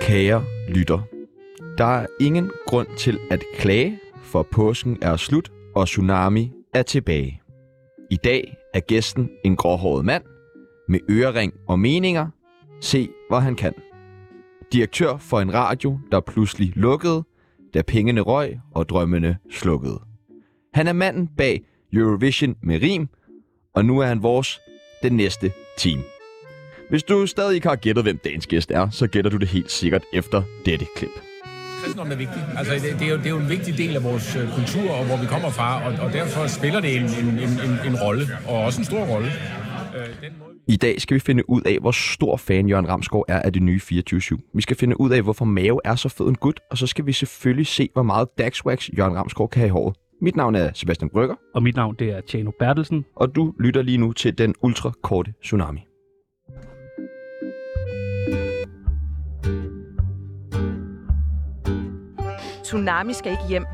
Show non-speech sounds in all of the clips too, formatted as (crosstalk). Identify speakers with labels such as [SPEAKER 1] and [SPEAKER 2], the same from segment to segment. [SPEAKER 1] Kære lytter, der er ingen grund til at klage, for påsken er slut, og Tsunami er tilbage. I dag er gæsten en gråhåret mand med ørering og meninger. Se, hvor han kan. Direktør for en radio, der pludselig lukkede, da pengene røg og drømmene slukkede. Han er manden bag Eurovision med rim, og nu er han vores den næste team. Hvis du stadig ikke har gættet, hvem dagens gæst er, så gætter du det helt sikkert efter dette klip.
[SPEAKER 2] Kristendom er vigtig. Altså, det, det, er jo, det er jo en vigtig del af vores øh, kultur og hvor vi kommer fra, og, og derfor spiller det en, en, en, en, en rolle, og også en stor rolle. Øh, den måde...
[SPEAKER 1] I dag skal vi finde ud af, hvor stor fan Jørgen Ramskov er af det nye 24-7. Vi skal finde ud af, hvorfor Mave er så fed en gut, og så skal vi selvfølgelig se, hvor meget Daxwax Jørgen Ramskov kan have i håret. Mit navn er Sebastian Brygger,
[SPEAKER 3] Og mit navn det er Tjano Bertelsen.
[SPEAKER 1] og du lytter lige nu til den ultrakorte Tsunami.
[SPEAKER 4] Tsunami skal ikke hjem.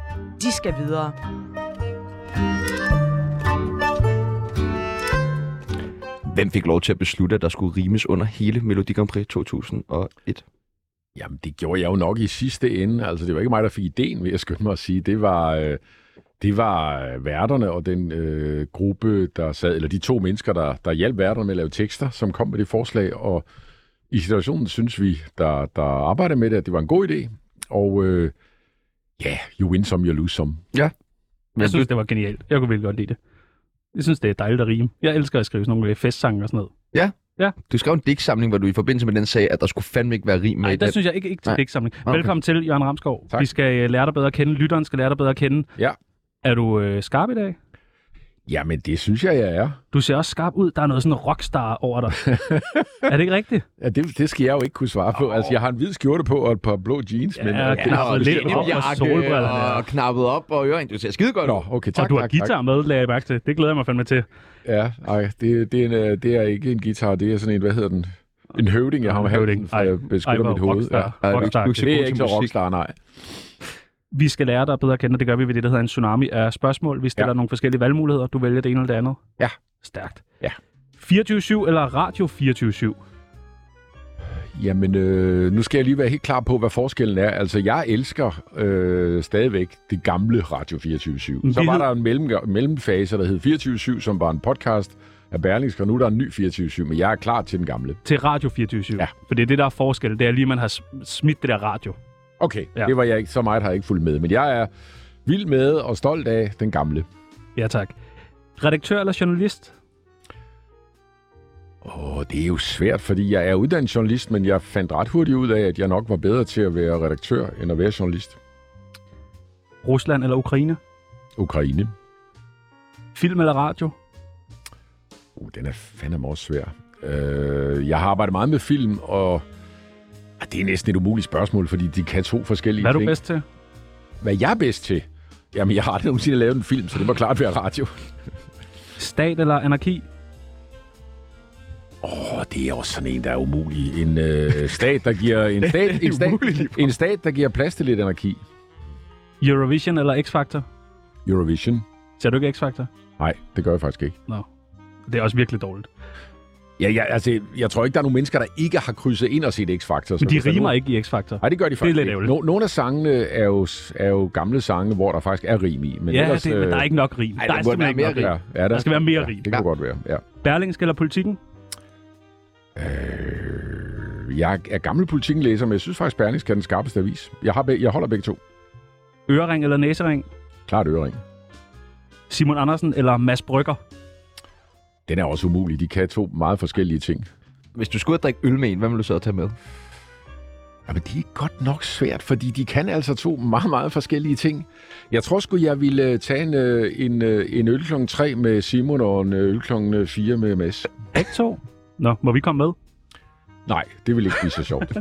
[SPEAKER 4] De skal videre.
[SPEAKER 1] Hvem fik lov til at beslutte, at der skulle rimes under hele Melodi Grand Prix 2001?
[SPEAKER 5] Jamen, det gjorde jeg jo nok i sidste ende. Altså, det var ikke mig, der fik ideen, vil jeg skynde mig at sige. Det var, øh, det var øh, værterne og den øh, gruppe, der sad, eller de to mennesker, der, der hjalp værterne med at lave tekster, som kom med det forslag. Og i situationen synes vi, der, der arbejdede med det, at det var en god idé. Og øh, ja, yeah, you win some, you lose some.
[SPEAKER 3] Jeg synes, det var genialt. Jeg kunne virkelig godt lide det. Jeg synes, det er dejligt at rime. Jeg elsker at skrive sådan nogle øh, festsange og sådan noget.
[SPEAKER 1] Du skrev en digtsamling, hvor du i forbindelse med den sagde, at der skulle fandme ikke være rim med
[SPEAKER 3] Nej,
[SPEAKER 1] i
[SPEAKER 3] der
[SPEAKER 1] den.
[SPEAKER 3] synes jeg ikke, ikke til
[SPEAKER 1] Nej.
[SPEAKER 3] digtsamling.
[SPEAKER 1] okay.
[SPEAKER 3] Velkommen til, Jørgen Ramskov.
[SPEAKER 5] Tak.
[SPEAKER 3] Vi skal øh, lære dig bedre at kende. Lytteren skal lære dig bedre at kende.
[SPEAKER 5] Ja.
[SPEAKER 3] Er du øh, skarp i dag?
[SPEAKER 5] Jamen, det synes jeg, jeg er.
[SPEAKER 3] Du ser også skarp ud. Der er noget sådan rockstar over dig.
[SPEAKER 5] (laughs)
[SPEAKER 3] er det ikke rigtigt?
[SPEAKER 5] Ja, det, det skal jeg jo ikke kunne svare på. Altså, jeg har en hvid skjorte på og et par blå jeans. men, øh,
[SPEAKER 3] Ja, det har fået lidt hår og solbriller.
[SPEAKER 1] og knappet op og øring. Du ser skide godt
[SPEAKER 5] Nå, okay, tak,
[SPEAKER 3] og du har
[SPEAKER 5] tak, tak.
[SPEAKER 3] guitar med, lagde jeg mærke til. Det glæder jeg mig fandme til.
[SPEAKER 5] Ja, nej, det, det, er en, øh, det er ikke en guitar, det er sådan en, hvad hedder den? En høvding, jeg har med høvding, for jeg øh, beskytter mit hoved.
[SPEAKER 3] Rockstar.
[SPEAKER 1] Ja,
[SPEAKER 5] Ja.
[SPEAKER 3] Ja.
[SPEAKER 1] du-
[SPEAKER 3] rockstar.
[SPEAKER 1] du-
[SPEAKER 5] Det
[SPEAKER 1] god
[SPEAKER 5] er
[SPEAKER 1] til
[SPEAKER 5] ikke så
[SPEAKER 1] musik.
[SPEAKER 5] rockstar, nej.
[SPEAKER 3] Vi skal lære dig bedre at kende, og det gør vi ved det, der hedder en tsunami af spørgsmål. Vi stiller ja.
[SPEAKER 5] Ja.
[SPEAKER 3] nogle forskellige valgmuligheder. Du vælger det ene eller det andet.
[SPEAKER 5] Ja.
[SPEAKER 3] Stærkt.
[SPEAKER 5] Ja.
[SPEAKER 3] 24-7 eller Radio 24-7?
[SPEAKER 5] Jamen, øh, nu skal jeg lige være helt klar på, hvad forskellen er. Altså, jeg elsker øh, stadigvæk det gamle Radio 24
[SPEAKER 3] Men
[SPEAKER 5] Så
[SPEAKER 3] vi
[SPEAKER 5] var
[SPEAKER 3] hed-
[SPEAKER 5] der en mellem, mellemfase, der hed 24 som var en podcast af Berlingske, og nu er der en ny 24 men jeg er klar til den gamle.
[SPEAKER 3] Til Radio 24-7.
[SPEAKER 5] Ja.
[SPEAKER 3] For det er det, der er forskel. Det er lige, man har sm- smidt det der radio.
[SPEAKER 5] Okay,
[SPEAKER 3] Ja.
[SPEAKER 5] ja. det var jeg ikke, så meget har jeg ikke fulgt med, men jeg er vild med og stolt af den gamle.
[SPEAKER 3] Ja, tak. Redaktør eller journalist?
[SPEAKER 5] Åh, det er jo svært, fordi jeg er uddannet journalist, men jeg fandt ret hurtigt ud af, at jeg nok var bedre til at være redaktør, end at være journalist.
[SPEAKER 3] Rusland eller Ukraine?
[SPEAKER 5] Ukraine.
[SPEAKER 3] Film eller radio?
[SPEAKER 5] Uh, den er fandme også svær. Øh, jeg har arbejdet meget med film, og ah, det er næsten et umuligt spørgsmål, fordi de kan to forskellige
[SPEAKER 3] Hvad er du
[SPEAKER 5] ting.
[SPEAKER 3] bedst til?
[SPEAKER 5] Hvad jeg er bedst til? Jamen, jeg har aldrig nogensinde lavet en film, så det må klart være radio.
[SPEAKER 3] Stat eller anarki?
[SPEAKER 5] Åh, det er også sådan en, der er umulig. En øh, stat, der giver...
[SPEAKER 3] (laughs)
[SPEAKER 5] En stat, en, stat, en stat, der giver plads til lidt anarki.
[SPEAKER 3] Eurovision eller X-Factor?
[SPEAKER 5] Eurovision?
[SPEAKER 3] Ser du ikke X-Factor?
[SPEAKER 5] Nej, det gør jeg faktisk ikke.
[SPEAKER 3] Nå. Det er også virkelig dårligt.
[SPEAKER 5] Ja, ja, altså, jeg tror ikke, der er nogen mennesker, der ikke har krydset ind og set X-Factor.
[SPEAKER 3] Men de rimer ikke i X-Factor.
[SPEAKER 5] Nej, det gør de
[SPEAKER 3] er
[SPEAKER 5] faktisk
[SPEAKER 3] lidt
[SPEAKER 5] ikke.
[SPEAKER 3] ærgerligt.
[SPEAKER 5] No, nogle af sangene er jo, er jo gamle sange, hvor der faktisk er rim i. Men
[SPEAKER 3] Ja,
[SPEAKER 5] ellers, øh,
[SPEAKER 3] det, men der er ikke nok rim.
[SPEAKER 1] ej,
[SPEAKER 3] der
[SPEAKER 1] der
[SPEAKER 3] er
[SPEAKER 1] burde
[SPEAKER 3] simpelthen
[SPEAKER 1] være
[SPEAKER 3] ikke
[SPEAKER 1] mere
[SPEAKER 3] nok
[SPEAKER 5] Ja,
[SPEAKER 3] rim.
[SPEAKER 5] ja, der,
[SPEAKER 3] Der skal være mere
[SPEAKER 5] ja,
[SPEAKER 3] rim.
[SPEAKER 5] Det kunne
[SPEAKER 1] Ja.
[SPEAKER 5] godt være, ja.
[SPEAKER 3] Berlingske eller politikken?
[SPEAKER 5] Øh, jeg er gammel politikenlæser, men jeg synes faktisk, Berlingske er den skarpeste avis. Jeg, har be- jeg holder begge to.
[SPEAKER 3] Ørering eller næsering?
[SPEAKER 5] Klart ørering.
[SPEAKER 3] Simon Andersen eller Mads Brygger?
[SPEAKER 5] Den er også umulig. De kan to meget forskellige ting.
[SPEAKER 1] Hvis du skulle drikke øl med en, hvad ville du så tage med?
[SPEAKER 5] Jamen, det er godt nok svært, fordi de kan altså to meget, meget forskellige ting. Jeg tror sgu, jeg ville øh, tage en, øh, en, øh, en øl klokken 3 med Simon og en øh, øl klokken 4 med Mads.
[SPEAKER 3] Begge to? Nå, må vi komme med? (laughs)
[SPEAKER 5] Nej, det ville ikke blive så sjovt.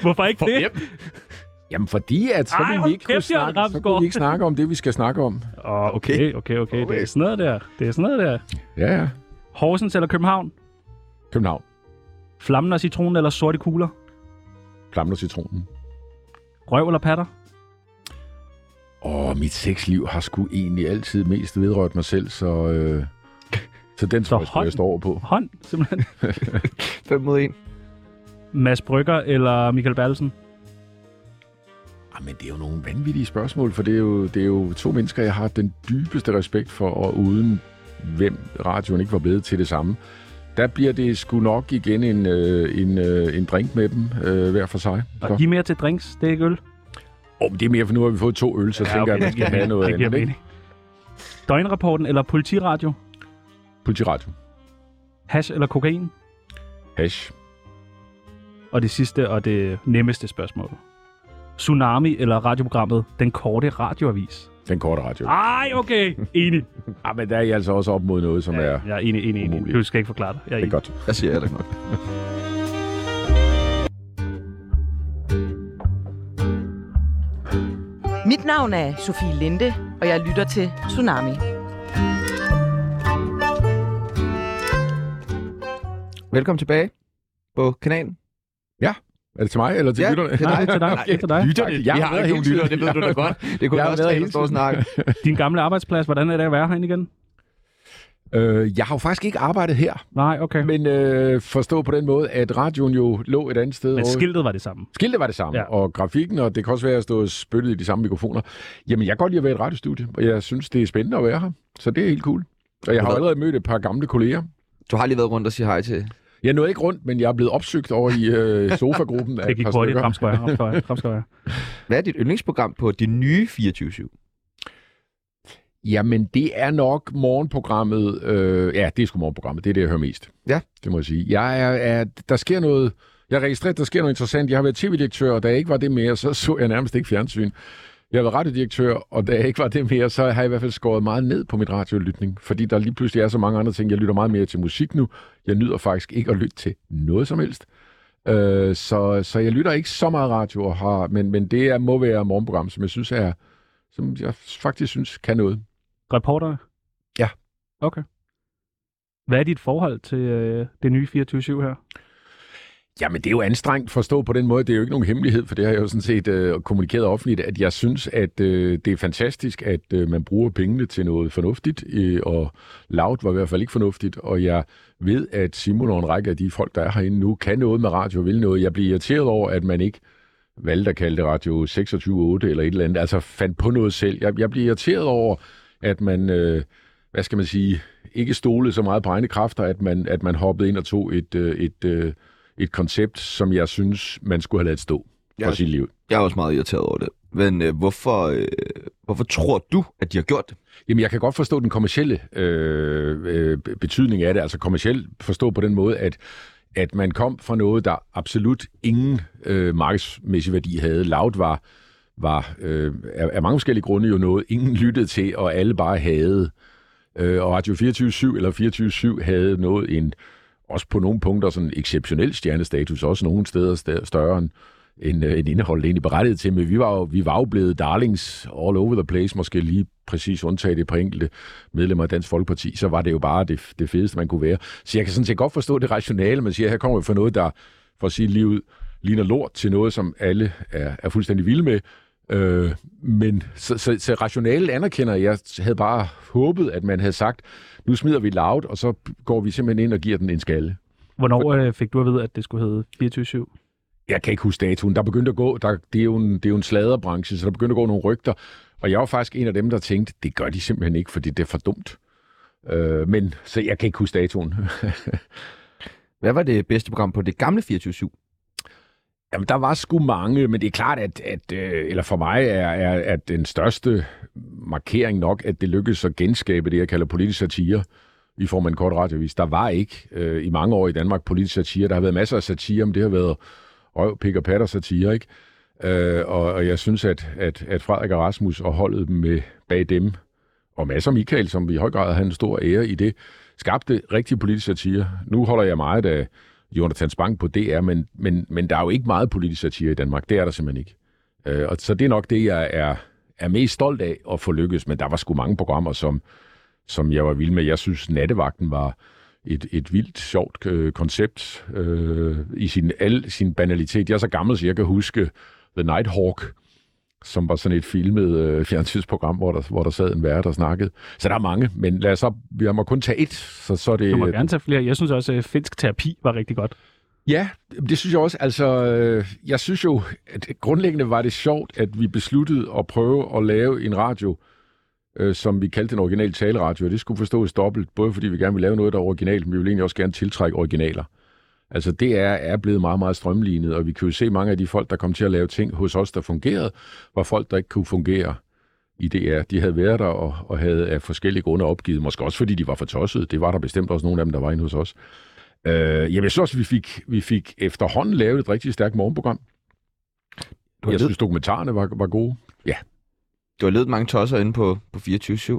[SPEAKER 3] Hvorfor ikke det?
[SPEAKER 5] Jamen fordi, at så
[SPEAKER 3] Ej,
[SPEAKER 5] ville
[SPEAKER 3] hold
[SPEAKER 5] vi ikke kunne
[SPEAKER 3] kæft, Jørgen
[SPEAKER 5] snakke, så kunne
[SPEAKER 3] Ramsgaard.
[SPEAKER 5] vi ikke snakke om det, vi skal snakke om.
[SPEAKER 3] Åh, okay, okay, okay. Det er sådan noget der. Det er sådan noget der.
[SPEAKER 5] Ja, ja.
[SPEAKER 3] Horsens eller København?
[SPEAKER 5] København.
[SPEAKER 3] Flammen og citronen eller sorte kugler?
[SPEAKER 5] Klamler citronen.
[SPEAKER 3] Røv eller patter?
[SPEAKER 5] Åh, mit sexliv har sgu egentlig altid mest vedrørt mig selv, så, øh, så den tror jeg, sgu, jeg står over på.
[SPEAKER 3] Hånd, (laughs) simpelthen.
[SPEAKER 1] 5 mod 1.
[SPEAKER 3] Mads Brygger eller Michael Bertelsen?
[SPEAKER 5] Ah, men det er jo nogle vanvittige spørgsmål, for det er, jo, det er jo to mennesker, jeg har den dybeste respekt for, og uden hvem radioen ikke var blevet til det samme. Der bliver det sgu nok igen en, øh, en, øh, en drink med dem øh, hver for sig.
[SPEAKER 3] Og de er mere til drinks, det er ikke øl.
[SPEAKER 5] Oh, men det er mere, for nu har vi fået to øl, så ja, tænker okay, jeg, at man skal have noget
[SPEAKER 3] det giver
[SPEAKER 5] andet. Ikke?
[SPEAKER 3] mening. Døgnrapporten eller politiradio?
[SPEAKER 5] Politiradio.
[SPEAKER 3] Hash eller kokain?
[SPEAKER 5] Hash.
[SPEAKER 3] Og det sidste og det nemmeste spørgsmål. Tsunami eller radioprogrammet Den Korte Radioavis?
[SPEAKER 5] Den korte radio. Ah.
[SPEAKER 3] Ej, okay. Enig.
[SPEAKER 5] ah, men der er I altså også op mod noget, som ja, er...
[SPEAKER 3] Jeg er enig, enig, enig.
[SPEAKER 5] Umuligt.
[SPEAKER 3] Du skal ikke forklare dig. Jeg
[SPEAKER 5] Det
[SPEAKER 3] er
[SPEAKER 5] er
[SPEAKER 3] enig.
[SPEAKER 5] godt.
[SPEAKER 1] Jeg siger heller ikke noget.
[SPEAKER 4] Mit navn er Sofie Linde, og jeg lytter til Tsunami.
[SPEAKER 1] Velkommen tilbage på kanalen.
[SPEAKER 5] Er det til mig, eller til
[SPEAKER 1] Ja,
[SPEAKER 5] lytterne?
[SPEAKER 1] til dig.
[SPEAKER 3] Nej, til dig.
[SPEAKER 1] Nej,
[SPEAKER 3] Ikke til dig.
[SPEAKER 5] Lytterne,
[SPEAKER 1] Jeg har ikke nogen lytter, det ved
[SPEAKER 5] (laughs)
[SPEAKER 1] du da godt. Det kunne jeg
[SPEAKER 5] Jeg har
[SPEAKER 1] også
[SPEAKER 5] været
[SPEAKER 1] tage,
[SPEAKER 5] hele
[SPEAKER 1] at stå og
[SPEAKER 5] tiden.
[SPEAKER 1] snakke.
[SPEAKER 3] Din gamle arbejdsplads, hvordan er det at være herinde igen?
[SPEAKER 5] Øh, jeg har jo faktisk ikke arbejdet her,
[SPEAKER 3] Nej, okay. Men,
[SPEAKER 5] men øh, forstå på den måde, at radioen jo lå et andet sted.
[SPEAKER 3] Men
[SPEAKER 5] og-
[SPEAKER 3] skiltet var det samme.
[SPEAKER 5] Skiltet var det samme,
[SPEAKER 3] Ja.
[SPEAKER 5] ja. og grafikken, og det kan også være, at jeg stod og spyttede i de samme mikrofoner. Jamen, jeg kan godt lide at være i et radiostudie, og jeg synes, det er spændende at være her, så det er helt cool. Og jeg har jo allerede mødt et par gamle kolleger.
[SPEAKER 1] Du har lige været rundt og sige hej til.
[SPEAKER 5] Jeg nåede ikke rundt, men jeg er blevet opsøgt over i
[SPEAKER 3] (laughs)
[SPEAKER 5] øh, sofagruppen af
[SPEAKER 3] Det
[SPEAKER 5] et
[SPEAKER 3] gik
[SPEAKER 5] par
[SPEAKER 3] hurtigt.
[SPEAKER 5] stykker.
[SPEAKER 3] Ram skal være, ram skal være, ram skal være.
[SPEAKER 1] Hvad er dit yndlingsprogram på det nye 24-7?
[SPEAKER 5] Jamen, det er nok morgenprogrammet. Øh, ja, det er sgu morgenprogrammet. Det er det, jeg hører mest.
[SPEAKER 1] Ja.
[SPEAKER 5] Det må jeg sige. Jeg er, er, der sker noget... Jeg har registreret, der sker noget interessant. Jeg har været tv-direktør, og da jeg ikke var det mere, så så jeg nærmest ikke fjernsyn. Jeg har været radiodirektør, og da jeg ikke var det mere, så har jeg i hvert fald skåret meget ned på mit radiolytning. Fordi der lige pludselig er så mange andre ting. Jeg lytter meget mere til musik nu. Jeg nyder faktisk ikke at lytte til noget som helst. Øh, så, så jeg lytter ikke så meget radio, og har, men, men det er, må være morgenprogram, som jeg synes er som jeg faktisk synes kan noget.
[SPEAKER 3] Reporterne?
[SPEAKER 5] Ja.
[SPEAKER 3] Okay. Hvad er dit forhold til øh, det nye 24-7 her?
[SPEAKER 5] Jamen, det er jo anstrengt forstå på den måde. Det er jo ikke nogen hemmelighed, for det har jeg jo sådan set øh, kommunikeret offentligt, at jeg synes, at øh, det er fantastisk, at øh, man bruger pengene til noget fornuftigt, øh, og Loud var i hvert fald ikke fornuftigt, og jeg ved, at Simon og en række af de folk, der er herinde nu, kan noget med radio og vil noget. Jeg bliver irriteret over, at man ikke valgte at kalde det Radio 26.8 eller et eller andet, altså fandt på noget selv. Jeg, jeg bliver irriteret over, at man, øh, hvad skal man sige, ikke stolede så meget på egne kræfter, at man, at man hoppede ind og tog et, øh, et, øh, et koncept, som jeg synes, man skulle have ladet stå for
[SPEAKER 1] Ja.
[SPEAKER 5] sit liv.
[SPEAKER 1] Jeg er også meget irriteret over det. Men øh, hvorfor, øh, hvorfor tror du, at de har gjort det?
[SPEAKER 5] Jamen, jeg kan godt forstå den kommercielle øh, øh, betydning af det. Altså kommercielt forstå på den måde, at at man kom fra noget, der absolut ingen øh, markedsmæssig værdi havde. Loud var, var øh, af, af mange forskellige grunde jo noget, ingen lyttede til, og alle bare havde. Øh, og Radio 24-7 eller 24-7 havde noget en, også på nogle punkter, sådan exceptionel stjernestatus, også nogle steder sta- større end, end, øh, end indholdet egentlig berettiget til. Men vi var, jo, vi var jo blevet darlings all over the place, måske lige præcis undtaget det på enkelte medlemmer af Dansk Folkeparti, så var det jo bare det, det fedeste, man kunne være. Så jeg kan sådan set godt forstå det rationale, man siger, her kommer vi fra noget, der for at sige lige ud, ligner lort til noget, som alle er, er fuldstændig vilde med. Øh, men så, så, så rationalet anerkender jeg. Jeg havde bare håbet, at man havde sagt, nu smider vi loud, og så går vi simpelthen ind og giver den en skalle.
[SPEAKER 3] Hvornår øh, fik du at vide, at det skulle hedde 24-7?
[SPEAKER 5] Jeg kan ikke huske datoen. Der begyndte at gå, der, det, er jo en, det er jo en sladerbranche, så der begyndte at gå nogle rygter. Og jeg var faktisk en af dem, der tænkte, det gør de simpelthen ikke, fordi det er for dumt. Øh, men, så jeg kan ikke huske datoen. (laughs)
[SPEAKER 1] Hvad var det bedste program på det gamle 24-7?
[SPEAKER 5] Jamen, der var sgu mange, men det er klart, at, at øh, eller for mig er, er at den største markering nok, at det lykkedes at genskabe det, jeg kalder politisk satire i form af en kort radiovis. Der var ikke øh, i mange år i Danmark politisk satire. Der har været masser af satire, men det har været røv, pik og patter satire, ikke? Øh, og, og jeg synes, at, at, at Frederik og Rasmus og holdet med bag dem, og masser af Michael, som i høj grad havde en stor ære i det, skabte rigtig politisk satire. Nu holder jeg meget af Jonathan Spang på DR, men, men, men der er jo ikke meget politisk satire i Danmark. Det er der simpelthen ikke. Øh, og så det er nok det, jeg er, er mest stolt af at få lykkes, men der var sgu mange programmer, som, som jeg var vild med. Jeg synes, Nattevagten var et, et vildt sjovt øh, koncept øh, i sin, al sin banalitet. Jeg er så gammel, så jeg kan huske The Nighthawk, som var sådan et filmet øh, fjernsynsprogram, hvor der, hvor der sad en vært og snakkede. Så der er mange, men lad os så, vi må kun tage et, så, så er det...
[SPEAKER 3] Du må gerne tage flere. Jeg synes også, at finsk terapi var rigtig godt.
[SPEAKER 5] Ja, det synes jeg også. Altså, øh, jeg synes jo, at grundlæggende var det sjovt, at vi besluttede at prøve at lave en radio, øh, som vi kaldte en original taleradio, og det skulle forstås dobbelt, både fordi vi gerne vil lave noget, der er originalt, men vi vil egentlig også gerne tiltrække originaler. Altså, det er, er blevet meget, meget strømlignet, og vi kan jo se, mange af de folk, der kom til at lave ting hos os, der fungerede, var folk, der ikke kunne fungere i DR. De havde været der og, og havde af forskellige grunde opgivet, måske også fordi de var for tossede. Det var der bestemt også nogle af dem, der var inde hos os. Øh, jamen, jeg synes også, vi fik, vi fik efterhånden lavet et rigtig stærkt morgenprogram.
[SPEAKER 1] Du har,
[SPEAKER 5] Jeg
[SPEAKER 1] ledet,
[SPEAKER 5] synes, dokumentarerne var, var gode.
[SPEAKER 1] du har ledet mange tosser inde på, på 24-7.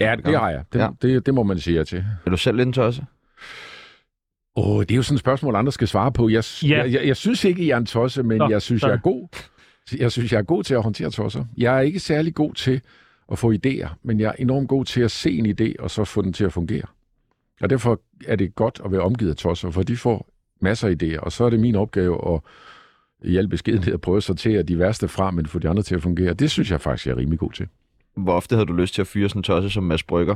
[SPEAKER 5] Ja, det har jeg. Det,
[SPEAKER 1] Ja.
[SPEAKER 5] ja. det, det må man sige ja til.
[SPEAKER 1] Er du selv en tosse?
[SPEAKER 5] Åh, det er jo sådan et spørgsmål, andre skal svare på. Jeg,
[SPEAKER 3] Ja.
[SPEAKER 5] ja. jeg, jeg, jeg synes ikke, jeg er en tosse, men
[SPEAKER 3] Nå,
[SPEAKER 5] Nå, jeg synes,
[SPEAKER 3] så-
[SPEAKER 5] jeg er god. Jeg synes, jeg er god til at håndtere tosser. Jeg er ikke særlig god til at få idéer, men jeg er enormt god til at se en idé, og så få den til at fungere. Og derfor er det godt at være omgivet af tosser, for de får masser af idéer, og så er det min opgave at i al beskedenhed at prøve at sortere de værste fra, men få de andre til at fungere. Det synes jeg faktisk, jeg er rimelig god til.
[SPEAKER 1] Hvor ofte havde du lyst til at fyre sådan en tosse som Mads Brygger?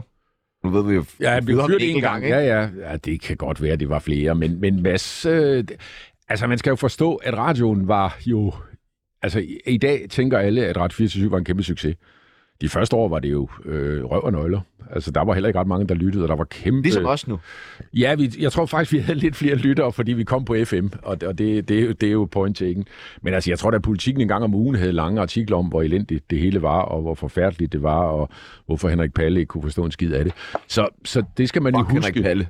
[SPEAKER 1] Nu ved vi jo...
[SPEAKER 5] Ja, vi
[SPEAKER 1] fyret ham
[SPEAKER 5] fyrede
[SPEAKER 1] en
[SPEAKER 5] en
[SPEAKER 1] gang,
[SPEAKER 5] gang.
[SPEAKER 1] ikke?
[SPEAKER 5] Ja, ja, ja. Det kan godt være, det var flere, men, men Mads... Øh, d- altså, man skal jo forstå, at radioen var jo... Altså, i, i dag tænker alle, at Radio 24 var en kæmpe succes. De første år var det jo øh, røv og nøgler. Altså, der var heller ikke ret mange, der lyttede, og der var kæmpe...
[SPEAKER 1] Ligesom os nu.
[SPEAKER 5] Ja, vi, jeg tror faktisk, vi havde lidt flere lyttere, fordi vi kom på FM, og, og det, det, er jo- det er jo point taken. Men altså, jeg tror, at politikken en gang om ugen havde lange artikler om, hvor elendigt det hele var, og hvor forfærdeligt det var, og hvorfor Henrik Palle ikke kunne forstå en skid af det. Så, så det skal man
[SPEAKER 1] Fuck
[SPEAKER 5] jo
[SPEAKER 1] Henrik
[SPEAKER 5] huske.
[SPEAKER 1] Palle.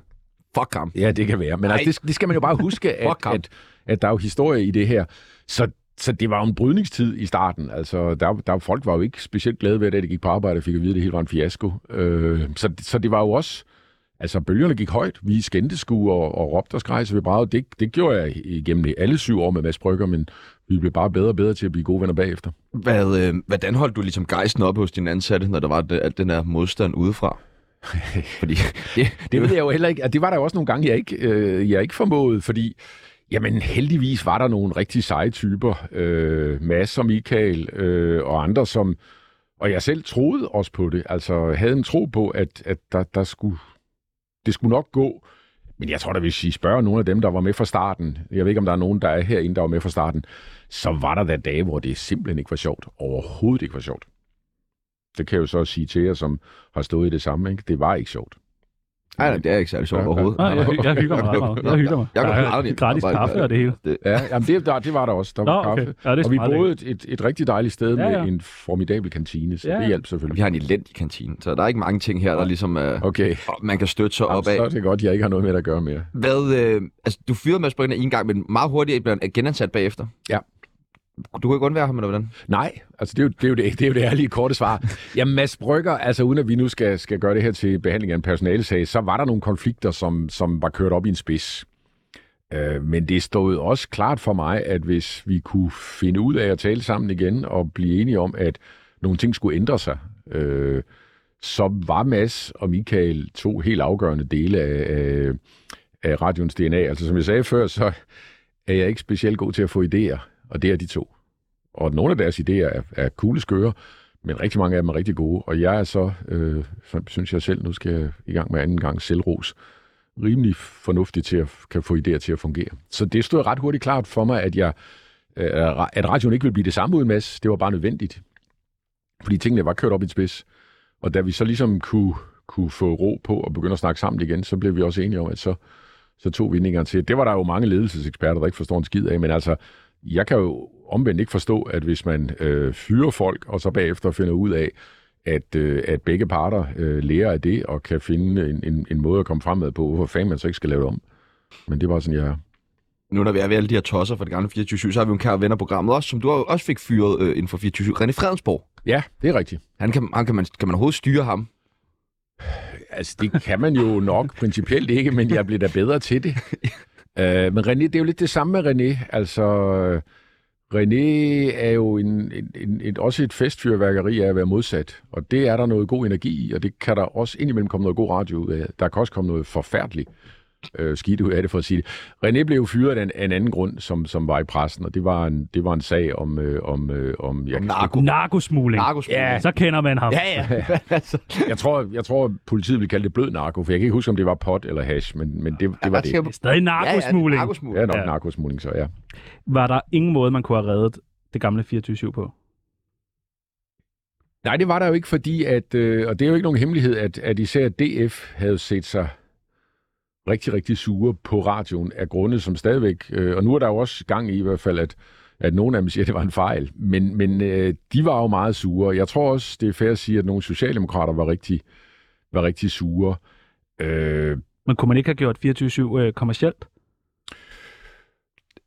[SPEAKER 1] Fuck ham.
[SPEAKER 5] Ja, det kan være. Men altså,
[SPEAKER 1] Nej.
[SPEAKER 5] det, det skal man jo bare
[SPEAKER 1] (laughs)
[SPEAKER 5] huske, at,
[SPEAKER 1] Fuck ham.
[SPEAKER 5] at, at der er jo historie i det her. Så, så det var jo en brydningstid i starten. Altså, der, der, folk var jo ikke specielt glade ved, at det gik på arbejde og fik at vide, at det hele var en fiasko. Øh, så, så det var jo også... Altså, bølgerne gik højt. Vi skændte sku og, og råbte og skreg, så vi bragede. Det, det gjorde jeg igennem alle syv år med Mads Brygger, men vi blev bare bedre og bedre til at blive gode venner bagefter.
[SPEAKER 1] Hvad, øh, hvordan holdt du ligesom gejsten op hos dine ansatte, når der var det, alt den der modstand
[SPEAKER 5] (laughs)
[SPEAKER 1] udefra? Fordi det,
[SPEAKER 5] Det ved jeg jo heller ikke. Og det var der jo også nogle gange, jeg ikke, øh, jeg ikke formåede, fordi jamen, heldigvis var der nogle rigtig seje typer. Øh, Mads og Michael øh, og andre, som... Og jeg selv troede også på det. Altså havde en tro på, at, at der, der skulle, det skulle nok gå. Men jeg tror da, hvis I spørger nogle af dem, der var med fra starten, jeg ved ikke, om der er nogen, der er herinde, der var med fra starten, så var der da dage, hvor det simpelthen ikke var sjovt. Overhovedet ikke var sjovt. Det kan jeg jo så sige til jer, som har stået i det samme. Ikke? Det var ikke sjovt.
[SPEAKER 1] Nej, nej, det er ikke særlig sjovt
[SPEAKER 5] Ja, ja.
[SPEAKER 1] overhovedet.
[SPEAKER 3] Nej, jeg, hy- jeg hygger mig
[SPEAKER 5] (laughs)
[SPEAKER 3] meget, meget. Jeg hygger mig.
[SPEAKER 1] Jeg går
[SPEAKER 3] Der er
[SPEAKER 1] meget ind.
[SPEAKER 3] Gratis
[SPEAKER 1] Jeg går bare-
[SPEAKER 3] kaffe og det hele.
[SPEAKER 5] Ja, jamen det, der, det var der også. Der
[SPEAKER 3] Nå,
[SPEAKER 5] var
[SPEAKER 3] okay.
[SPEAKER 5] kaffe.
[SPEAKER 3] Ja, det er
[SPEAKER 5] og vi
[SPEAKER 3] smart,
[SPEAKER 5] boede et, et, et rigtig dejligt sted
[SPEAKER 3] Ja,
[SPEAKER 5] ja,
[SPEAKER 3] ja.
[SPEAKER 5] ja. med en formidabel kantine, så
[SPEAKER 3] Ja,
[SPEAKER 5] ja.
[SPEAKER 3] ja.
[SPEAKER 5] det hjalp
[SPEAKER 1] Vi
[SPEAKER 5] selvfølgelig.
[SPEAKER 1] har en elendig kantine, så der er ikke mange ting her, der ligesom øh,
[SPEAKER 5] Okay,
[SPEAKER 1] man kan støtte sig
[SPEAKER 5] Jamen,
[SPEAKER 1] op af.
[SPEAKER 5] så er det godt, at jeg ikke har noget med det at gøre mere.
[SPEAKER 1] Hvad, øh, altså, du fyrede Mads Brygner en gang, men meget hurtigt blev han genansat bagefter.
[SPEAKER 5] Ja.
[SPEAKER 1] Du kunne ikke undvære ham, eller hvordan?
[SPEAKER 5] Nej, altså det er jo det, er jo det, det, er jo det ærlige korte svar. Jamen Mads Brygger, altså uden at vi nu skal, skal gøre det her til behandling af en personalesag, så var der nogle konflikter, som, som var kørt op i en spids. Øh, men det stod også klart for mig, at hvis vi kunne finde ud af at tale sammen igen og blive enige om, at nogle ting skulle ændre sig, øh, så var Mads og Michael to helt afgørende dele af, af, af radioens DNA. Altså som jeg sagde før, så er jeg ikke specielt god til at få idéer, og det er de to. Og nogle af deres idéer er, er cool skøre, men rigtig mange af dem er rigtig gode. Og jeg er så, øh, så synes jeg selv, nu skal jeg i gang med anden gang selvros, rimelig fornuftig til at kan få idéer til at fungere. Så det stod ret hurtigt klart for mig, at, jeg, øh, at radioen ikke ville blive det samme uden Mads. Det var bare nødvendigt. Fordi tingene var kørt op i en spids. Og da vi så ligesom kunne, kunne få ro på og begynde at snakke sammen igen, så blev vi også enige om, at så, så tog vi den en gang til. Det var der jo mange ledelseseksperter, der ikke forstår en skid af, men altså, jeg kan jo omvendt ikke forstå, at hvis man øh, fyrer folk, og så bagefter finder ud af, at, øh, at begge parter øh, lærer af det, og kan finde en, en, en måde at komme fremad på, hvorfor fanden man så ikke skal lave det om. Men det var sådan, jeg er.
[SPEAKER 1] Nu når vi er ved alle de her tosser fra det gamle 24 så har vi jo en kære ven af programmet også, som du også fik fyret øh, inden for 24 René Fredensborg.
[SPEAKER 5] Ja, det er rigtigt.
[SPEAKER 1] Han kan, han kan, man, kan man overhovedet styre ham?
[SPEAKER 5] Altså, det kan man jo nok principielt ikke, men jeg blev da bedre til det. Øh, men René, det er jo lidt det samme med René. Altså, øh, René er jo en, en, en, en, også et festfyrværkeri af at være modsat, og det er der noget god energi i, og det kan der også indimellem komme noget god radio ud af. Der kan også komme noget forfærdeligt øh, skidt ud af det, for at sige det. René blev fyret af en, af en anden grund, som, som var i pressen, og det var en, det var en sag om... Øh, om, øh, om, jeg,
[SPEAKER 1] Om
[SPEAKER 5] kan-
[SPEAKER 1] narko.
[SPEAKER 3] Narkosmugling.
[SPEAKER 1] Narkosmugling.
[SPEAKER 3] Ja, så kender man ham.
[SPEAKER 1] Ja, ja. (laughs) altså,
[SPEAKER 5] jeg, tror, jeg tror, politiet ville kalde det blød narko, for jeg kan ikke huske, om det var pot eller hash, men, men det, det var det.
[SPEAKER 1] skal-
[SPEAKER 3] Det er stadig narkosmugling.
[SPEAKER 1] Ja, narkosmugling.
[SPEAKER 5] Ja, nok
[SPEAKER 3] Ja.
[SPEAKER 5] narkosmugling, så ja.
[SPEAKER 3] Var der ingen måde, man kunne have reddet det gamle 24-7 på?
[SPEAKER 5] Nej, det var der jo ikke, fordi at, øh, og det er jo ikke nogen hemmelighed, at, at især DF havde set sig rigtig, rigtig sure på radioen af grunde, som stadigvæk, øh, og nu er der jo også gang i i hvert fald, at, at nogen af dem siger, at det var en fejl, men, men øh, de var jo meget sure. Jeg tror også, det er fair at sige, at nogle socialdemokrater var rigtig, var rigtig sure. Øh,
[SPEAKER 3] Men kunne man ikke have gjort 24-7 øh, kommercielt?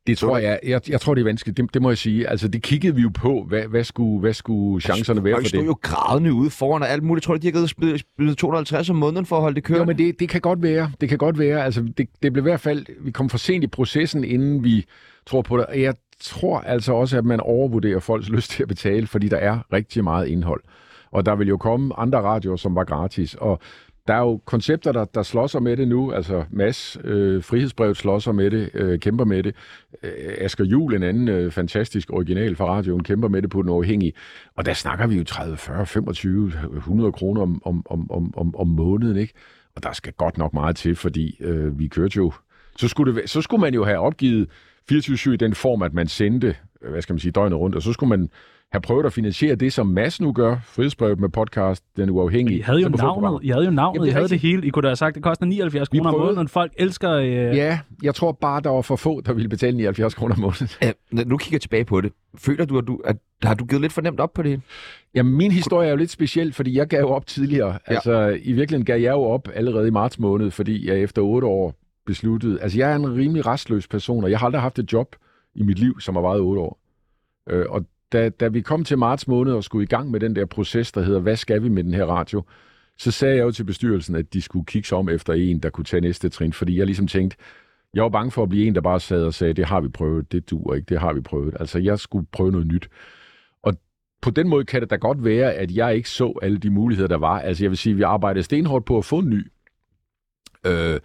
[SPEAKER 5] det tror jeg, jeg, jeg tror, det er vanskeligt, det, det må jeg sige. Altså, det kiggede vi jo på, hvad, hvad, skulle, hvad skulle chancerne være
[SPEAKER 1] Og
[SPEAKER 5] for
[SPEAKER 1] de
[SPEAKER 5] det?
[SPEAKER 1] Altså, stod jo grædende ude foran og alt muligt. Tror du, de har givet spillet- spillet 250 om måneden for at holde det
[SPEAKER 5] Jo,
[SPEAKER 1] kørende?
[SPEAKER 5] men det, det kan godt være. Det kan godt være. Altså, det, det blev i hvert fald... Vi kom for sent i processen, inden vi tror på det. Og Jeg tror altså også, at man overvurderer folks lyst til at betale, fordi der er rigtig meget indhold. Og der vil jo komme andre radioer, som var gratis. Og der er jo koncepter, der, der slår sig med det nu. Altså Mads, øh, Frihedsbrevet slår sig med det, øh, kæmper med det. Øh, Asger Juhl, en anden øh, fantastisk original fra radioen, kæmper med det på den uafhængige. Og der snakker vi jo 30, 40, 25, 100 kroner om, om, om, om, om, om måneden, ikke? Og der skal godt nok meget til, fordi øh, vi kørte jo... Så skulle, det, væ- så skulle man jo have opgivet 24-7 i den form, at man sendte, øh, hvad skal man sige, døgnet rundt, og så skulle man have prøvet at finansiere det, som Mads nu gør, frihedsbrevet med podcast, den uafhængige.
[SPEAKER 3] I havde jo
[SPEAKER 5] som på
[SPEAKER 3] navnet, I havde jo navnet,
[SPEAKER 5] Jamen, det
[SPEAKER 3] I
[SPEAKER 5] er
[SPEAKER 3] havde det
[SPEAKER 5] rigtigt.
[SPEAKER 3] hele. I kunne da have sagt, det koster 79
[SPEAKER 5] Vi
[SPEAKER 3] kroner om
[SPEAKER 5] prøvede.
[SPEAKER 3] måneden. Folk elsker... Øh, ja.
[SPEAKER 5] Ja, jeg tror bare, der var for få, der ville betale 79 kroner om måneden.
[SPEAKER 1] Ja, når nu kigger jeg tilbage på det. Føler du, at, du, at har du givet lidt for nemt op på det hele?
[SPEAKER 5] Ja, min historie er jo lidt speciel, fordi jeg gav jo op tidligere.
[SPEAKER 1] Ja.
[SPEAKER 5] Ja. Altså, i virkeligheden gav jeg jo op allerede i marts måned, fordi jeg efter otte år besluttede... Altså, jeg er en rimelig restløs person, og jeg har aldrig haft et job i mit liv, som har varet otte år. Øh, og da, da vi kom til marts måned og skulle i gang med den der proces, der hedder, hvad skal vi med den her radio? Så sagde jeg jo til bestyrelsen, at de skulle kigge sig om efter en, der kunne tage næste trin, fordi jeg ligesom tænkte, jeg var bange for at blive en, der bare sad og sagde, det har vi prøvet, det dur ikke, det har vi prøvet. Altså, jeg skulle prøve noget nyt på den måde kan det da godt være, at jeg ikke så alle de muligheder, der var. Altså jeg vil sige, vi arbejdede stenhårdt på at få en ny, øh,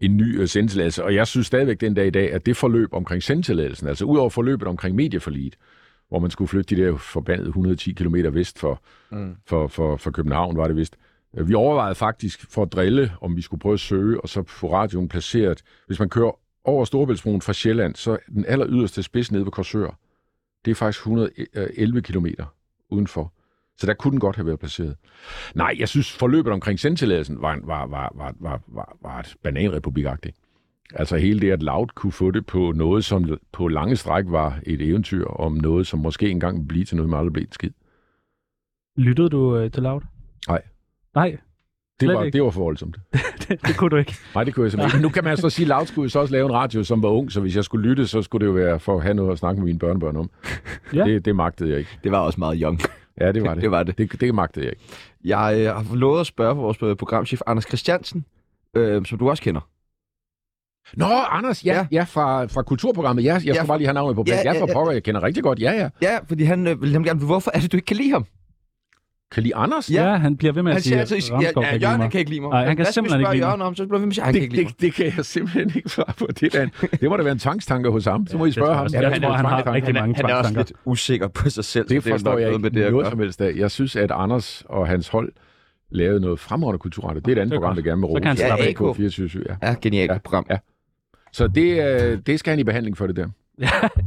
[SPEAKER 5] en ny øh, sendtilladelse, og jeg synes stadigvæk den dag i dag, at det forløb omkring sendtilladelsen, altså udover forløbet omkring medieforliget, hvor man skulle flytte de der forbandede 110 km vest for,
[SPEAKER 1] Mm.
[SPEAKER 5] mm. for, for, for København, var det vist. Øh, Vi overvejede faktisk for at drille, om vi skulle prøve at søge, og så få radioen placeret. Hvis man kører over Storebæltsbroen fra Sjælland, så den aller yderste spids nede ved Korsør, det er faktisk 111 kilometer udenfor. Så der kunne den godt have været placeret. Nej, jeg synes, forløbet omkring sendtilladelsen var, en- var, var, var, var, var, var et bananrepublikagtigt. Altså hele det, at Loud kunne få det på noget, som på lange stræk var et eventyr om noget, som måske engang ville blive til noget, man aldrig blev en skid.
[SPEAKER 3] Lyttede du øh, til Loud?
[SPEAKER 5] Nej.
[SPEAKER 3] Nej,
[SPEAKER 5] Det
[SPEAKER 3] Slet
[SPEAKER 5] var,
[SPEAKER 3] ikke.
[SPEAKER 5] det var for voldsomt.
[SPEAKER 3] det kunne du ikke.
[SPEAKER 5] Nej, det kunne jeg simpelthen ikke. Nu kan man så sige, at Loud skulle jo så også lave en radio, som var ung, så hvis jeg skulle lytte, så skulle det jo være for at have noget at snakke med mine børnebørn om.
[SPEAKER 3] Ja.
[SPEAKER 5] Ja. Det, det magtede jeg ikke.
[SPEAKER 1] Det var også meget young.
[SPEAKER 5] Ja, det var
[SPEAKER 1] (laughs)
[SPEAKER 5] det.
[SPEAKER 1] Det var det.
[SPEAKER 5] Det, det magtede jeg ikke.
[SPEAKER 1] Jeg øh, har lovet at spørge for vores øh, programchef Anders Christiansen, øh, som du også kender.
[SPEAKER 5] Nå, Anders, ja,
[SPEAKER 1] Ja.
[SPEAKER 5] ja. ja fra, fra kulturprogrammet. Ja, jeg skal
[SPEAKER 1] Ja.
[SPEAKER 5] ja. bare lige have navnet på plads.
[SPEAKER 1] Ja,
[SPEAKER 5] Ja, ja,
[SPEAKER 1] ja,
[SPEAKER 5] ja,
[SPEAKER 1] ja.
[SPEAKER 5] for pokker, jeg kender rigtig godt. Ja, ja.
[SPEAKER 1] Ja, fordi han øh, vil nemlig gerne vide, hvorfor er det, du ikke kan lide ham?
[SPEAKER 5] Kan lide Anders?
[SPEAKER 1] Ja.
[SPEAKER 3] Ja, ja han bliver ved med
[SPEAKER 1] Han
[SPEAKER 3] at sige,
[SPEAKER 1] siger
[SPEAKER 3] at
[SPEAKER 1] altid, ja,
[SPEAKER 3] Ramskov
[SPEAKER 1] ja,
[SPEAKER 3] kan ikke lide
[SPEAKER 1] Jørgen
[SPEAKER 3] mig.
[SPEAKER 1] kan ikke lide mig.
[SPEAKER 3] Nej, han kan
[SPEAKER 1] Hvad skal vi
[SPEAKER 3] simpelthen ikke
[SPEAKER 1] spørge
[SPEAKER 3] lide mig.
[SPEAKER 1] Jørgen om, så bliver vi med at sige, han kan
[SPEAKER 5] Det,
[SPEAKER 1] ikke lide mig.
[SPEAKER 5] det, det kan jeg simpelthen ikke svare på. Det, der, det må da være en tvangstanke hos ham. Så må I
[SPEAKER 3] det tror
[SPEAKER 5] spørge
[SPEAKER 3] jeg
[SPEAKER 5] ham.
[SPEAKER 3] også. Jeg
[SPEAKER 5] Ja,
[SPEAKER 3] tror,
[SPEAKER 5] er
[SPEAKER 3] han har
[SPEAKER 5] tvangstanker.
[SPEAKER 3] rigtig mange
[SPEAKER 1] Han er også
[SPEAKER 3] tvangstanker.
[SPEAKER 1] lidt usikker på sig selv. så
[SPEAKER 5] Det
[SPEAKER 1] er
[SPEAKER 5] forstår
[SPEAKER 1] nok
[SPEAKER 5] jeg
[SPEAKER 1] noget
[SPEAKER 5] ikke
[SPEAKER 1] med det at
[SPEAKER 5] noget
[SPEAKER 1] gøre.
[SPEAKER 5] som helst af. Jeg synes, at Anders og hans hold lavede noget fremragende kulturret. Det er et andet
[SPEAKER 3] Det er
[SPEAKER 5] program,
[SPEAKER 3] godt.
[SPEAKER 5] der gerne vil
[SPEAKER 3] Så kan han slappe
[SPEAKER 1] af.
[SPEAKER 5] rose. Ja, AK 24 ja.
[SPEAKER 1] Ja, genialt
[SPEAKER 5] Ja.
[SPEAKER 1] program.
[SPEAKER 5] Ja. Så det, øh, det skal han i behandling for det der.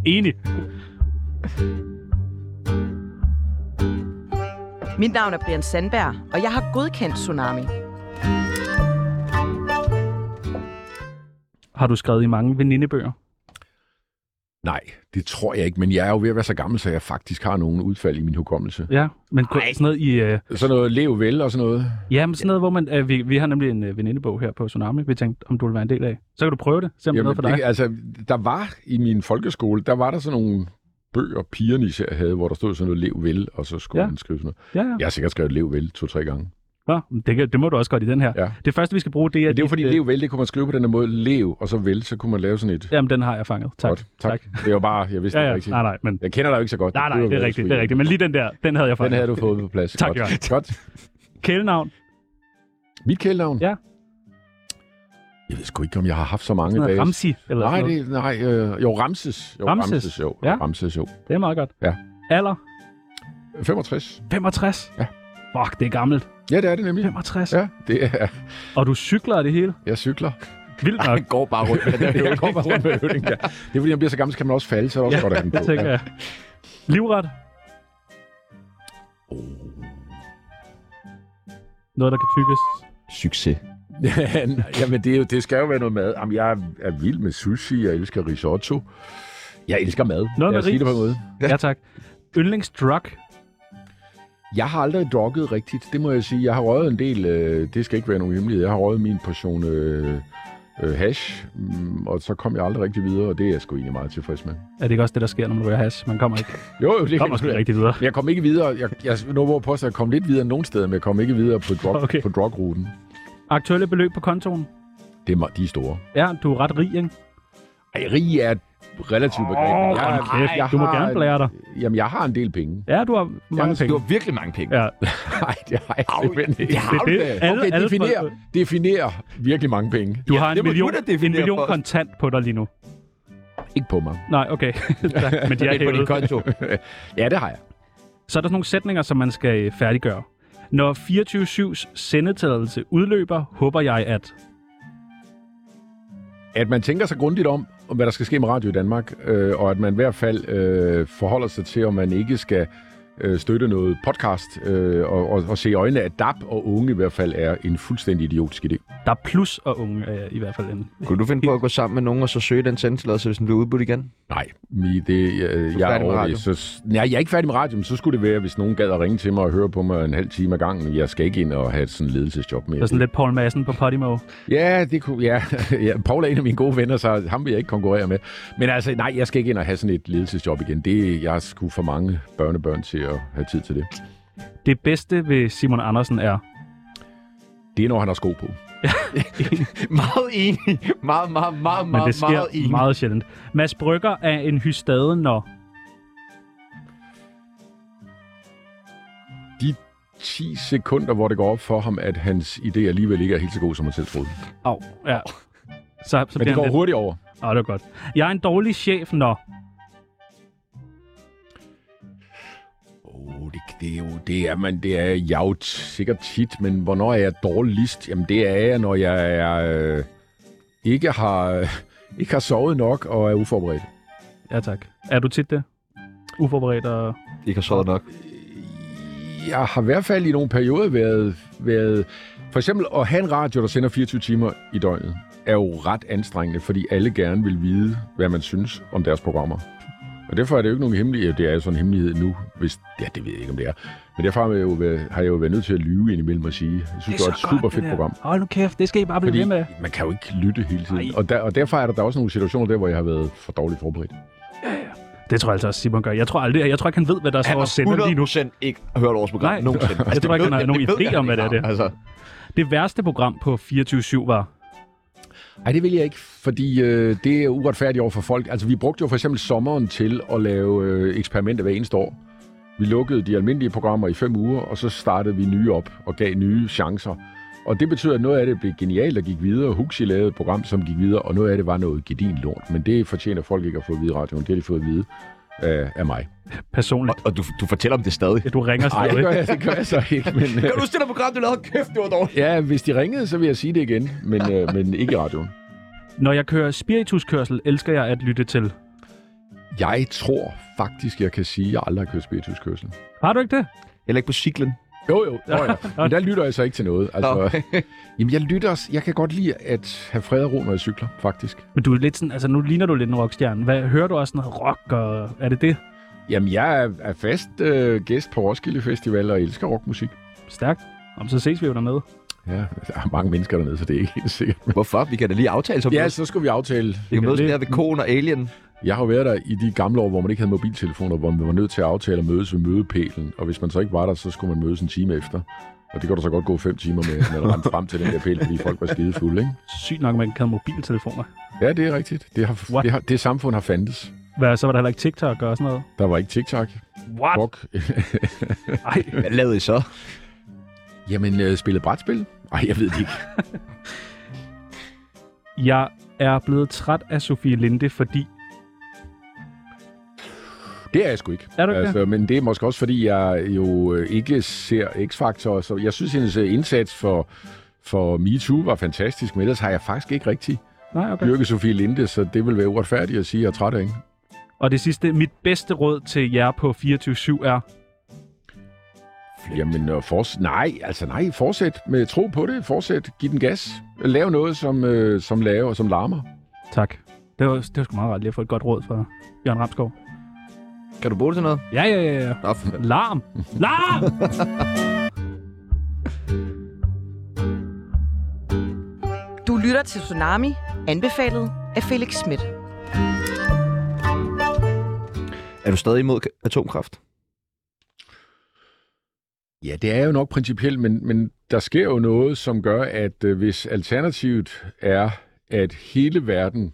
[SPEAKER 3] Enig.
[SPEAKER 4] Mit navn er Brian Sandberg, og jeg har godkendt Tsunami.
[SPEAKER 3] Har du skrevet i mange venindebøger?
[SPEAKER 5] Nej, det tror jeg ikke, men jeg er jo ved at være så gammel, så jeg faktisk har nogle udfald i min hukommelse.
[SPEAKER 3] Ja, men kunne, sådan noget i... Øh,
[SPEAKER 5] Sådan noget lev vel og sådan noget.
[SPEAKER 3] ja, men sådan noget, hvor man... Øh, vi, vi har nemlig en øh, venindebog her på Tsunami. Vi tænkte, om du ville være en del af. Så kan du prøve det. Se om det er noget for dig.
[SPEAKER 5] Det, altså, der var i min folkeskole, der var der sådan nogle bøger, pigerne især havde, hvor der stod sådan noget, lev vel, og så skulle
[SPEAKER 3] Ja.
[SPEAKER 5] ja. man skrive sådan noget.
[SPEAKER 3] Ja, ja.
[SPEAKER 5] Jeg har sikkert skrevet lev vel to-tre gange.
[SPEAKER 3] Nå, men det, kan- det må du også godt i den her.
[SPEAKER 5] Ja.
[SPEAKER 3] Det første, vi skal bruge, det er...
[SPEAKER 5] Men det er jo fordi,
[SPEAKER 3] dit, øh,
[SPEAKER 5] lev vel, det kunne man skrive på den her måde, lev, og så vel, så kunne man lave sådan et...
[SPEAKER 3] Jamen, den har jeg fanget. Tak.
[SPEAKER 5] Godt, tak. Det var bare, jeg vidste
[SPEAKER 3] Ja,
[SPEAKER 5] det
[SPEAKER 3] ja.
[SPEAKER 5] ikke rigtigt.
[SPEAKER 3] Nej, nej, men...
[SPEAKER 5] Jeg kender dig jo ikke så godt.
[SPEAKER 3] Nej, nej,
[SPEAKER 5] kunne
[SPEAKER 3] det er
[SPEAKER 5] være
[SPEAKER 3] rigtigt,
[SPEAKER 5] sgu
[SPEAKER 3] det er
[SPEAKER 5] igen.
[SPEAKER 3] rigtigt. Men lige den der, den havde jeg
[SPEAKER 5] Den
[SPEAKER 3] fanget.
[SPEAKER 5] havde du fået på plads.
[SPEAKER 3] Tak,
[SPEAKER 5] godt. godt.
[SPEAKER 3] Kælenavn.
[SPEAKER 5] Mit kælenavn?
[SPEAKER 3] Ja.
[SPEAKER 5] Jeg ved sgu ikke, om jeg har haft så mange
[SPEAKER 3] Sådan
[SPEAKER 5] dage.
[SPEAKER 3] noget Ramsi, eller
[SPEAKER 5] Nej,
[SPEAKER 3] sådan noget.
[SPEAKER 5] det, nej øh, jo, Ramses. Jo,
[SPEAKER 3] Ramses?
[SPEAKER 5] Ramses, jo.
[SPEAKER 3] Ja.
[SPEAKER 5] Ramses, jo.
[SPEAKER 3] det er meget godt.
[SPEAKER 5] Ja.
[SPEAKER 3] Alder?
[SPEAKER 5] 65.
[SPEAKER 3] 65?
[SPEAKER 5] Ja.
[SPEAKER 3] Fuck, det er gammelt.
[SPEAKER 5] Ja, det er det nemlig.
[SPEAKER 3] 65?
[SPEAKER 5] Ja, det er...
[SPEAKER 3] Og du cykler og det hele?
[SPEAKER 5] Jeg cykler.
[SPEAKER 3] Vildt nok.
[SPEAKER 1] Han går bare rundt med den der
[SPEAKER 5] (laughs) Jeg går bare rundt med høvding, ja. Det er fordi, han bliver så gammel, så kan man også falde, så er det også
[SPEAKER 3] Ja,
[SPEAKER 5] godt at have den
[SPEAKER 3] det
[SPEAKER 5] på.
[SPEAKER 3] tænker jeg. Livret? Noget, der kan tykkes.
[SPEAKER 1] (laughs) Succes.
[SPEAKER 5] (laughs) Ja, nej, jamen det, er jo, det skal jo være noget mad. Jamen, jeg er vild med sushi, jeg elsker risotto. Jeg elsker mad.
[SPEAKER 3] Noget
[SPEAKER 5] jeg
[SPEAKER 3] med
[SPEAKER 5] siger det på en
[SPEAKER 3] ris.
[SPEAKER 5] måde.
[SPEAKER 3] Ja, tak. Yndlingsdrug?
[SPEAKER 5] Jeg har aldrig drukket rigtigt, det må jeg sige. Jeg har røget en del, øh, det skal ikke være nogen hemmelighed, jeg har røget min portion øh, øh, hash, mm, og så kom jeg aldrig rigtig videre, og det er jeg sgu egentlig meget tilfreds med.
[SPEAKER 3] Er det ikke også det, der sker, når man ryger hash? Man
[SPEAKER 1] (laughs)
[SPEAKER 3] kommer ikke,
[SPEAKER 5] Jo, jo, det
[SPEAKER 3] kommer sgu ikke rigtig videre.
[SPEAKER 5] Men jeg kom ikke videre. Jeg, jeg nu hvor på, så jeg kom lidt videre nogen steder, men jeg kom ikke videre på, drug,
[SPEAKER 3] Okay.
[SPEAKER 5] okay. på drugruten.
[SPEAKER 3] Aktuelle beløb på kontoen?
[SPEAKER 5] Det er, me- de er store.
[SPEAKER 3] Ja, du er ret rig, ikke?
[SPEAKER 5] Ej, rig er et relativt begreb.
[SPEAKER 3] Åh,
[SPEAKER 5] Jeg-
[SPEAKER 3] hold kæft,
[SPEAKER 5] jeg
[SPEAKER 3] du må
[SPEAKER 5] har
[SPEAKER 3] gerne
[SPEAKER 5] en-
[SPEAKER 3] blære dig.
[SPEAKER 5] Jamen, jeg har en del penge. (laughs)
[SPEAKER 3] Ja, du har mange
[SPEAKER 5] Ja,
[SPEAKER 3] penge.
[SPEAKER 1] Du har virkelig mange penge.
[SPEAKER 3] Ja,
[SPEAKER 5] Nej, det har jeg simpelthen ikke.
[SPEAKER 1] det har
[SPEAKER 3] du da. Alle-
[SPEAKER 5] okay,
[SPEAKER 3] alle
[SPEAKER 5] definer,
[SPEAKER 3] folk-
[SPEAKER 5] definer virkelig mange penge.
[SPEAKER 3] du har en
[SPEAKER 1] det må du
[SPEAKER 3] million,
[SPEAKER 1] da
[SPEAKER 3] en
[SPEAKER 1] definere
[SPEAKER 3] million
[SPEAKER 1] for os.
[SPEAKER 3] kontant på dig lige nu.
[SPEAKER 5] Ikke på mig.
[SPEAKER 3] Nej,
[SPEAKER 1] (laughs)
[SPEAKER 3] okay. tak. Men de er
[SPEAKER 1] Lidt på din
[SPEAKER 3] hævet.
[SPEAKER 1] konto.
[SPEAKER 5] Ja, det har jeg.
[SPEAKER 3] Så er der sådan nogle sætninger, som man skal øh, færdiggøre. Når 24-7's sendetagelse udløber, håber jeg, at...
[SPEAKER 5] At man tænker sig grundigt om, om hvad der skal ske med Radio i Danmark, øh, og at man i hvert fald øh, forholder sig til, om man ikke skal øh, støtte noget podcast, øh, og, og, og se i øjnene, at DAP og unge i hvert fald er en fuldstændig idiotisk idé.
[SPEAKER 3] Der er plus og unge, øh, i hvert fald. En.
[SPEAKER 1] Kunne du finde på at gå sammen med nogen og så søge den sendetilladelse, hvis den blev udbudt igen?
[SPEAKER 5] Nej, mi- det, øh,
[SPEAKER 1] er
[SPEAKER 5] jeg, er
[SPEAKER 1] færdig med
[SPEAKER 5] over
[SPEAKER 1] radio?
[SPEAKER 5] det. Så, nej, jeg er ikke færdig med radio, men så skulle det være, hvis nogen gad at ringe til mig og høre på mig en halv time ad gangen. Jeg skal ikke ind og have et sådan ledelsesjob
[SPEAKER 3] Så
[SPEAKER 5] mere.
[SPEAKER 3] sådan lidt Paul Madsen på Podimo.
[SPEAKER 5] Ja, det kunne, ja. (laughs) ja. Paul er en af mine gode venner, så ham vil jeg ikke konkurrere med. Men altså, nej, jeg skal ikke ind og have sådan et ledelsesjob igen. Det, jeg skulle for mange børnebørn til at have tid til det.
[SPEAKER 3] Det bedste ved Simon Andersen er...
[SPEAKER 5] Det er, når han har sko på.
[SPEAKER 1] (laughs) meget enig. Meget, meget, meget,
[SPEAKER 3] Men
[SPEAKER 1] meget,
[SPEAKER 3] det
[SPEAKER 1] meget
[SPEAKER 3] sker
[SPEAKER 1] enig.
[SPEAKER 3] meget sjældent. Mads Brygger er en hystade, når...
[SPEAKER 5] De 10 sekunder, hvor det går op for ham, at hans idé alligevel ikke er helt så god, som han selv troede.
[SPEAKER 3] Au, ja. Så, så
[SPEAKER 5] Men det
[SPEAKER 3] bliver
[SPEAKER 5] går
[SPEAKER 3] han lidt...
[SPEAKER 5] hurtigt over.
[SPEAKER 3] Åh, det var godt. Jeg er en dårlig chef, når...
[SPEAKER 5] Oh, det, det, er jo, det er man, det er jeg jo t- sikkert tit, men hvornår er jeg dårligst? Jamen det er jeg, når jeg er, øh, ikke, har, øh, ikke har sovet nok og er uforberedt.
[SPEAKER 3] Ja, tak. Er du tit det? Uforberedt og...
[SPEAKER 1] Ikke har sovet nok.
[SPEAKER 5] Jeg har i hvert fald i nogle perioder været, været... For eksempel at have en radio, der sender 24 timer i døgnet, er jo ret anstrengende, fordi alle gerne vil vide, hvad man synes om deres programmer. Og derfor er det jo ikke nogen hemmelighed. Det er jo sådan en hemmelighed nu, hvis... Ja, det ved jeg ikke, om det er. Men derfor har jeg jo været, har jeg jo været nødt til at lyve indimellem og sige, jeg synes, det, er et super fedt program.
[SPEAKER 3] Hold nu kæft, det skal I bare blive
[SPEAKER 5] Fordi
[SPEAKER 3] ved med.
[SPEAKER 5] man kan jo ikke lytte hele tiden.
[SPEAKER 3] Nej.
[SPEAKER 5] Og, der, og derfor er der, der også nogle situationer der, hvor jeg har været for dårligt forberedt.
[SPEAKER 3] Det tror jeg altså også, Simon gør. Jeg tror aldrig, jeg tror ikke, han ved, hvad der står og sender lige nu.
[SPEAKER 1] ikke hørt vores program
[SPEAKER 3] Nej,
[SPEAKER 1] nogensinde. Altså,
[SPEAKER 3] jeg tror ikke,
[SPEAKER 1] det
[SPEAKER 3] han har
[SPEAKER 1] ved-
[SPEAKER 3] nogen
[SPEAKER 1] det ved
[SPEAKER 3] idé
[SPEAKER 1] jeg
[SPEAKER 3] om, hvad
[SPEAKER 1] ikke
[SPEAKER 3] det er, det.
[SPEAKER 1] Altså,
[SPEAKER 3] Det værste program på 24-7 var...
[SPEAKER 5] Nej, det vil jeg ikke, fordi øh, det er uretfærdigt over for folk. Altså, vi brugte jo for eksempel sommeren til at lave øh, eksperimenter hver eneste år. Vi lukkede de almindelige programmer i fem uger, og så startede vi nye op og gav nye chancer. Og det betyder, at noget af det blev genialt og gik videre. Huxi lavede et program, som gik videre, og noget af det var noget gedin lort. Men det fortjener folk ikke at få at vide i radioen. Det har de fået at vide af, af mig.
[SPEAKER 1] og,
[SPEAKER 3] Personligt.
[SPEAKER 1] og du, du fortæller om det stadig.
[SPEAKER 3] Ja, Du ringer
[SPEAKER 5] Nej, Altså, det
[SPEAKER 3] stadig.
[SPEAKER 5] gør jeg, det gør jeg så ikke. Men, øh,
[SPEAKER 1] Kan du huske det der program, du lavede? Kæft, det var dårligt.
[SPEAKER 5] ja, hvis de ringede, så vil jeg sige det igen, men, øh, men ikke i radioen.
[SPEAKER 3] Når jeg kører spirituskørsel, elsker jeg at lytte til.
[SPEAKER 5] Jeg tror faktisk, jeg kan sige, at jeg aldrig har kørt spirituskørsel.
[SPEAKER 3] Har du ikke det?
[SPEAKER 1] Heller ikke på cyklen.
[SPEAKER 5] Jo, jo. (laughs) Nå, ja. Men der lytter jeg så ikke til noget. Altså, (laughs) jamen, jeg lytter også. Jeg kan godt lide at have fred og ro, når jeg cykler, faktisk.
[SPEAKER 3] Men du er lidt sådan, altså nu ligner du lidt en rockstjerne. Hvad, hører du også noget rock, og er det det?
[SPEAKER 5] Jamen, jeg er, er fast øh, gæst på Roskilde Festival og elsker rockmusik.
[SPEAKER 3] Stærkt. Om så ses vi jo dernede.
[SPEAKER 5] Ja, der er mange mennesker dernede, så det er ikke helt sikkert.
[SPEAKER 1] Hvorfor? Vi kan da lige aftale så.
[SPEAKER 5] Ja, så skulle vi aftale.
[SPEAKER 1] Vi kan mødes
[SPEAKER 3] lidt.
[SPEAKER 1] der ved konen og alien.
[SPEAKER 5] Jeg har jo været der i de gamle år, hvor man ikke havde mobiltelefoner, hvor man var nødt til at aftale at mødes ved mødepælen. Og hvis man så ikke var der, så skulle man mødes en time efter. Og det kunne der så godt gå fem timer med, når der rendte frem til den der pæl, fordi folk var skidefulde, ikke?
[SPEAKER 3] Sygt nok, man kan have mobiltelefoner.
[SPEAKER 5] Ja, det er rigtigt. Det, har,
[SPEAKER 3] What?
[SPEAKER 5] det, har, det samfund har fandtes.
[SPEAKER 3] Hvad, så var der heller ikke TikTok og sådan noget?
[SPEAKER 5] Der var ikke TikTok.
[SPEAKER 3] What?
[SPEAKER 5] Rock.
[SPEAKER 3] Ej,
[SPEAKER 1] Hvad lavede I så?
[SPEAKER 3] (laughs)
[SPEAKER 5] Jamen, øh, spillet brætspil? Nej, jeg ved det ikke.
[SPEAKER 3] Jeg er blevet træt af Sofie Linde, fordi...
[SPEAKER 5] Det er jeg sgu ikke.
[SPEAKER 3] Er du ikke
[SPEAKER 5] altså, Men det er måske også, fordi jeg jo øh, ikke ser X-Factor. Så jeg synes, hendes øh, indsats for, for MeToo var fantastisk, men ellers har jeg faktisk ikke rigtig
[SPEAKER 3] Nej, okay.
[SPEAKER 5] dyrket Sofie Linde, så det vil være uretfærdigt at sige, at jeg er træt af hende.
[SPEAKER 3] Og det sidste, mit bedste råd til jer på 24-7 er...
[SPEAKER 5] Jamen, og forts- nej, altså nej, fortsæt med tro på det. Fortsæt, giv den gas. Lav noget, som, øh, som laver og som larmer.
[SPEAKER 3] Tak. Det var, det var sgu meget rart lige at få et godt råd fra Jørgen Ramskov.
[SPEAKER 1] Kan du bruge det til noget?
[SPEAKER 3] Ja, ja, ja, ja.
[SPEAKER 1] Nå, for fanden.
[SPEAKER 3] Larm! Larm!
[SPEAKER 4] Du lytter til Tsunami, anbefalet af Felix Schmidt.
[SPEAKER 1] er du stadig imod k- atomkraft?
[SPEAKER 5] Ja, det er jo nok principielt, men, men der sker jo noget, som gør, at øh, hvis alternativet er, at hele verden,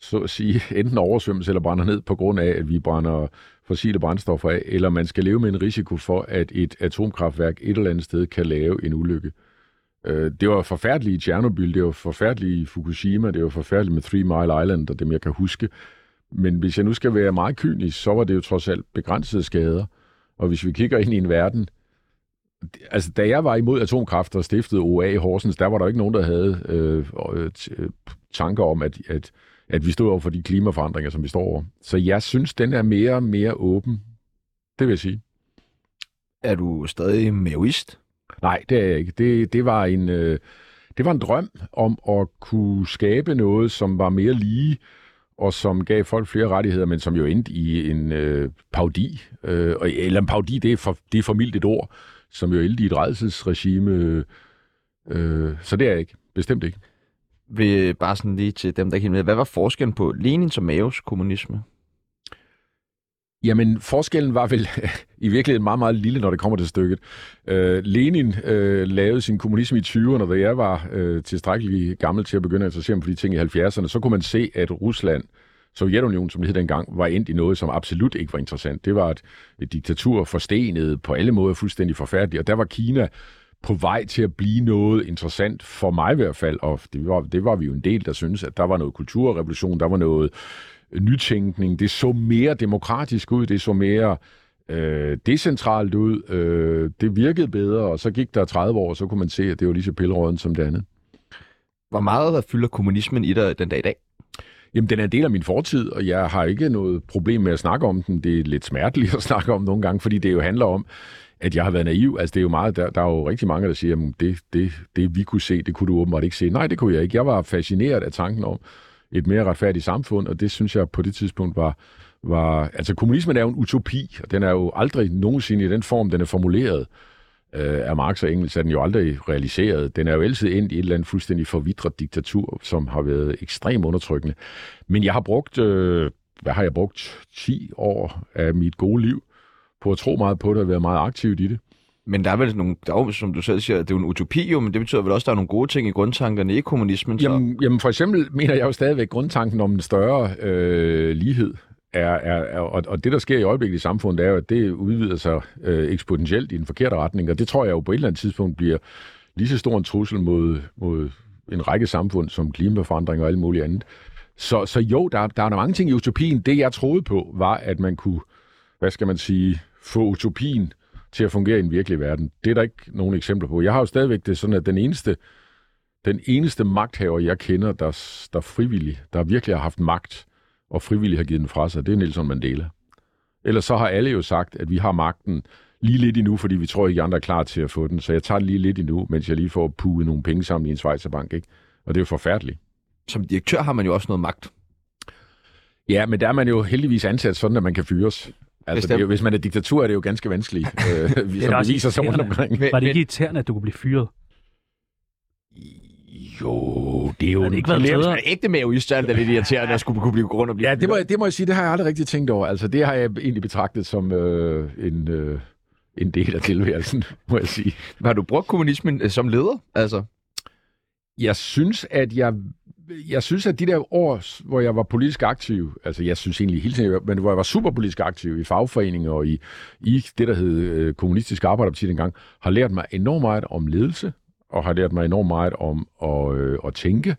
[SPEAKER 5] så at sige, (laughs) enten oversvømmes eller brænder ned på grund af, at vi brænder fossile brændstoffer af, eller man skal leve med en risiko for, at et atomkraftværk et eller andet sted kan lave en ulykke. Øh, det var forfærdeligt i Tjernobyl, det var forfærdeligt i Fukushima, det var forfærdeligt med Three Mile Island og dem, jeg kan huske. Men hvis jeg nu skal være meget kynisk, så var det jo trods alt begrænsede skader. Og hvis vi kigger ind i en verden, altså, da jeg var imod atomkraft og stiftede OA i Horsens, der var der jo ikke nogen, der havde øh, øh, t- øh, tanker om, at, at, at vi stod over for de klimaforandringer, som vi står over. Så jeg synes, den er mere og mere åben. Det vil jeg sige.
[SPEAKER 1] Er du stadig maoist?
[SPEAKER 5] Nej, det er jeg ikke. Det, det, var en, øh, det var en drøm om at kunne skabe noget, som var mere lige, og som gav folk flere rettigheder, men som jo endte i en øh, paudi. Øh, og- eller en paudi, det er, for, det er for mildt et ord, som jo endte i et redselsregime. øh, Øh, så det er jeg ikke. Bestemt ikke.
[SPEAKER 1] Vil bare sådan lige til dem, der ikke helt med. Hvad var forskellen på Lenins og Maos kommunisme?
[SPEAKER 5] Jamen, forskellen var vel (laughs) i virkeligheden meget, meget lille, når det kommer til stykket. Øh, Lenin øh, lavede sin kommunisme i 20'erne, da jeg var øh, tilstrækkelig gammel til at begynde at interessere mig for de ting i 70'erne. Så kunne man se, at Rusland, Sovjetunionen, som det hed dengang, var endt i noget, som absolut ikke var interessant. Det var et, et diktatur forstenet på alle måder fuldstændig forfærdeligt, og der var Kina på vej til at blive noget interessant for mig i hvert fald, og det var, det var vi jo en del, der synes, at der var noget kulturrevolution, der var noget nytænkning, det så mere demokratisk ud, det så mere øh, decentralt ud, øh, det virkede bedre, og så gik der 30 år, og så kunne man se, at det var lige så pilleråden som det andet.
[SPEAKER 1] Hvor meget fylder kommunismen i dig den dag i dag?
[SPEAKER 5] Jamen, den er en del af min fortid, og jeg har ikke noget problem med at snakke om den. Det er lidt smerteligt (laughs) at snakke om nogle gange, fordi det jo handler om, at jeg har været naiv. Altså, det er jo meget, der, der er jo rigtig mange, der siger, at det, det, det, vi kunne se, det kunne du åbenbart ikke se. Nej, det kunne jeg ikke. Jeg var fascineret af tanken om et mere retfærdigt samfund, og det synes jeg på det tidspunkt var, var... Altså, kommunismen er jo en utopi, og den er jo aldrig nogensinde i den form, den er formuleret øh, af Marx og Engels, er den jo aldrig realiseret. Den er jo altid ind i et eller andet fuldstændig forvidret diktatur, som har været ekstremt undertrykkende. Men jeg har brugt, øh, hvad har jeg brugt, 10 år af mit gode liv på at tro meget på det og være meget aktivt i det.
[SPEAKER 1] Men der er vel nogle, der er jo, som du selv siger, det er jo en utopi jo, men det betyder vel også, at der er nogle gode ting i grundtankerne i kommunismen. Så.
[SPEAKER 5] Jamen, jamen for eksempel mener jeg jo stadigvæk grundtanken om en større øh, lighed. Er, er, er, og, og det, der sker i øjeblikket i samfundet, er jo, at det udvider sig øh, eksponentielt i den forkerte retning, og det tror jeg jo på et eller andet tidspunkt bliver lige så stor en trussel mod, mod en række samfund som klimaforandring og alt muligt andet. Så, så jo, der, der er der mange ting i utopien. Det, jeg troede på, var, at man kunne, hvad skal man sige, få utopien til at fungere i den virkelige verden. Det er der ikke nogen eksempler på. Jeg har jo stadigvæk det sådan, at den eneste den eneste magthaver, jeg kender, der, der frivillig, der virkelig har haft magt, og frivillig har givet den fra sig, det er Nelson Mandela. Ellers så har alle jo sagt, at vi har magten lige lidt endnu, fordi vi tror ikke, I andre er klar til at få den. Så jeg tager den lige lidt endnu, mens jeg lige får puget nogle penge sammen i en Schweizerbank, ikke? Og det er jo forfærdeligt.
[SPEAKER 1] Som direktør har man jo også noget magt.
[SPEAKER 5] Ja, men der er man jo heldigvis ansat sådan, at man kan fyres. Altså, det er jo,
[SPEAKER 1] Bestemt.
[SPEAKER 5] hvis man er diktatur, er det jo ganske vanskeligt, øh, vi- som
[SPEAKER 3] også
[SPEAKER 5] beviser sig rundt
[SPEAKER 3] irriterende.
[SPEAKER 5] omkring.
[SPEAKER 1] Men,
[SPEAKER 3] Var det ikke
[SPEAKER 1] men,
[SPEAKER 3] irriterende, at du kunne blive fyret?
[SPEAKER 5] Jo, det er jo
[SPEAKER 3] Har det ikke været
[SPEAKER 5] dilemma.
[SPEAKER 3] bedre?
[SPEAKER 1] men ægte maoist er det da lidt irriterende, at skulle kunne blive grund og blive
[SPEAKER 5] Ja, det må, jeg- det må jeg sige, det har jeg aldrig rigtig tænkt over. Altså, det har jeg egentlig betragtet som øh, en, øh, en del af tilværelsen, (laughs) må jeg sige.
[SPEAKER 1] Har du brugt kommunismen øh, som leder? Altså,
[SPEAKER 5] Jeg synes, at jeg, jeg synes, at de der år, hvor jeg var politisk aktiv, altså jeg synes egentlig hele tiden, jeg var- men hvor jeg var super politisk aktiv i fagforeninger og i, i det, der hed øh, kommunistisk arbejderparti dengang, har lært mig enormt meget om ledelse, og har lært mig enormt meget om at, øh, at tænke,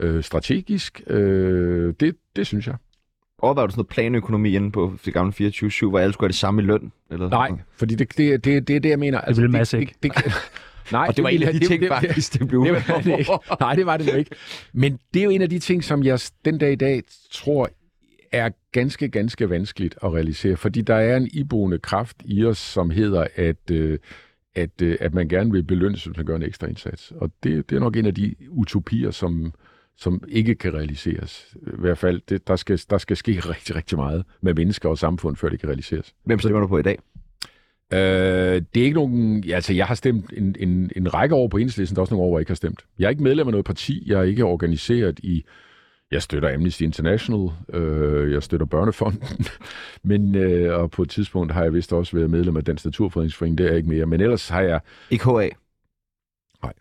[SPEAKER 5] øh, strategisk. Øh, det, det synes jeg.
[SPEAKER 1] Overvejer du sådan noget planøkonomi inde på det gamle 24-7, hvor alle skulle have det samme i løn? Eller?
[SPEAKER 5] Nej, fordi det, det, det, det er det, jeg mener. Altså,
[SPEAKER 3] ville Mads ikke.
[SPEAKER 5] Det,
[SPEAKER 1] (laughs)
[SPEAKER 5] det, nej,
[SPEAKER 1] Og det var en
[SPEAKER 5] ville-
[SPEAKER 1] af de
[SPEAKER 5] det-
[SPEAKER 1] ting,
[SPEAKER 5] det- (laughs)
[SPEAKER 1] faktisk, det blev.
[SPEAKER 5] Det var
[SPEAKER 1] (laughs)
[SPEAKER 5] det ikke. Nej, det var det jo ikke. Men det er jo en af de ting, som jeg den dag i dag tror er ganske, ganske vanskeligt at realisere, fordi der er en iboende kraft i os, som hedder, at, øh, at, øh, at man gerne vil belønnes, hvis man gør en ekstra indsats. Og det, det er nok en af de utopier, som, som ikke kan realiseres. I hvert fald, det, der, skal, der skal ske (laughs) rigtig, rigtig meget med mennesker og samfund, før det kan realiseres.
[SPEAKER 1] Hvem stemmer du på i dag?
[SPEAKER 5] Øh, det er ikke nogen... ja, Altså, jeg har stemt en, en, en række år på enhedslisten, der er også nogle år, hvor jeg ikke har stemt. Jeg er ikke medlem af noget parti, jeg er ikke organiseret i... Jeg støtter Amnesty International, øh, jeg støtter Børnefonden, (laughs) men, øh, og på et tidspunkt har jeg vist også været medlem af Dansk Naturfredningsforening, det er jeg ikke mere, men ellers har jeg...
[SPEAKER 1] Ikke HA?
[SPEAKER 5] Nej.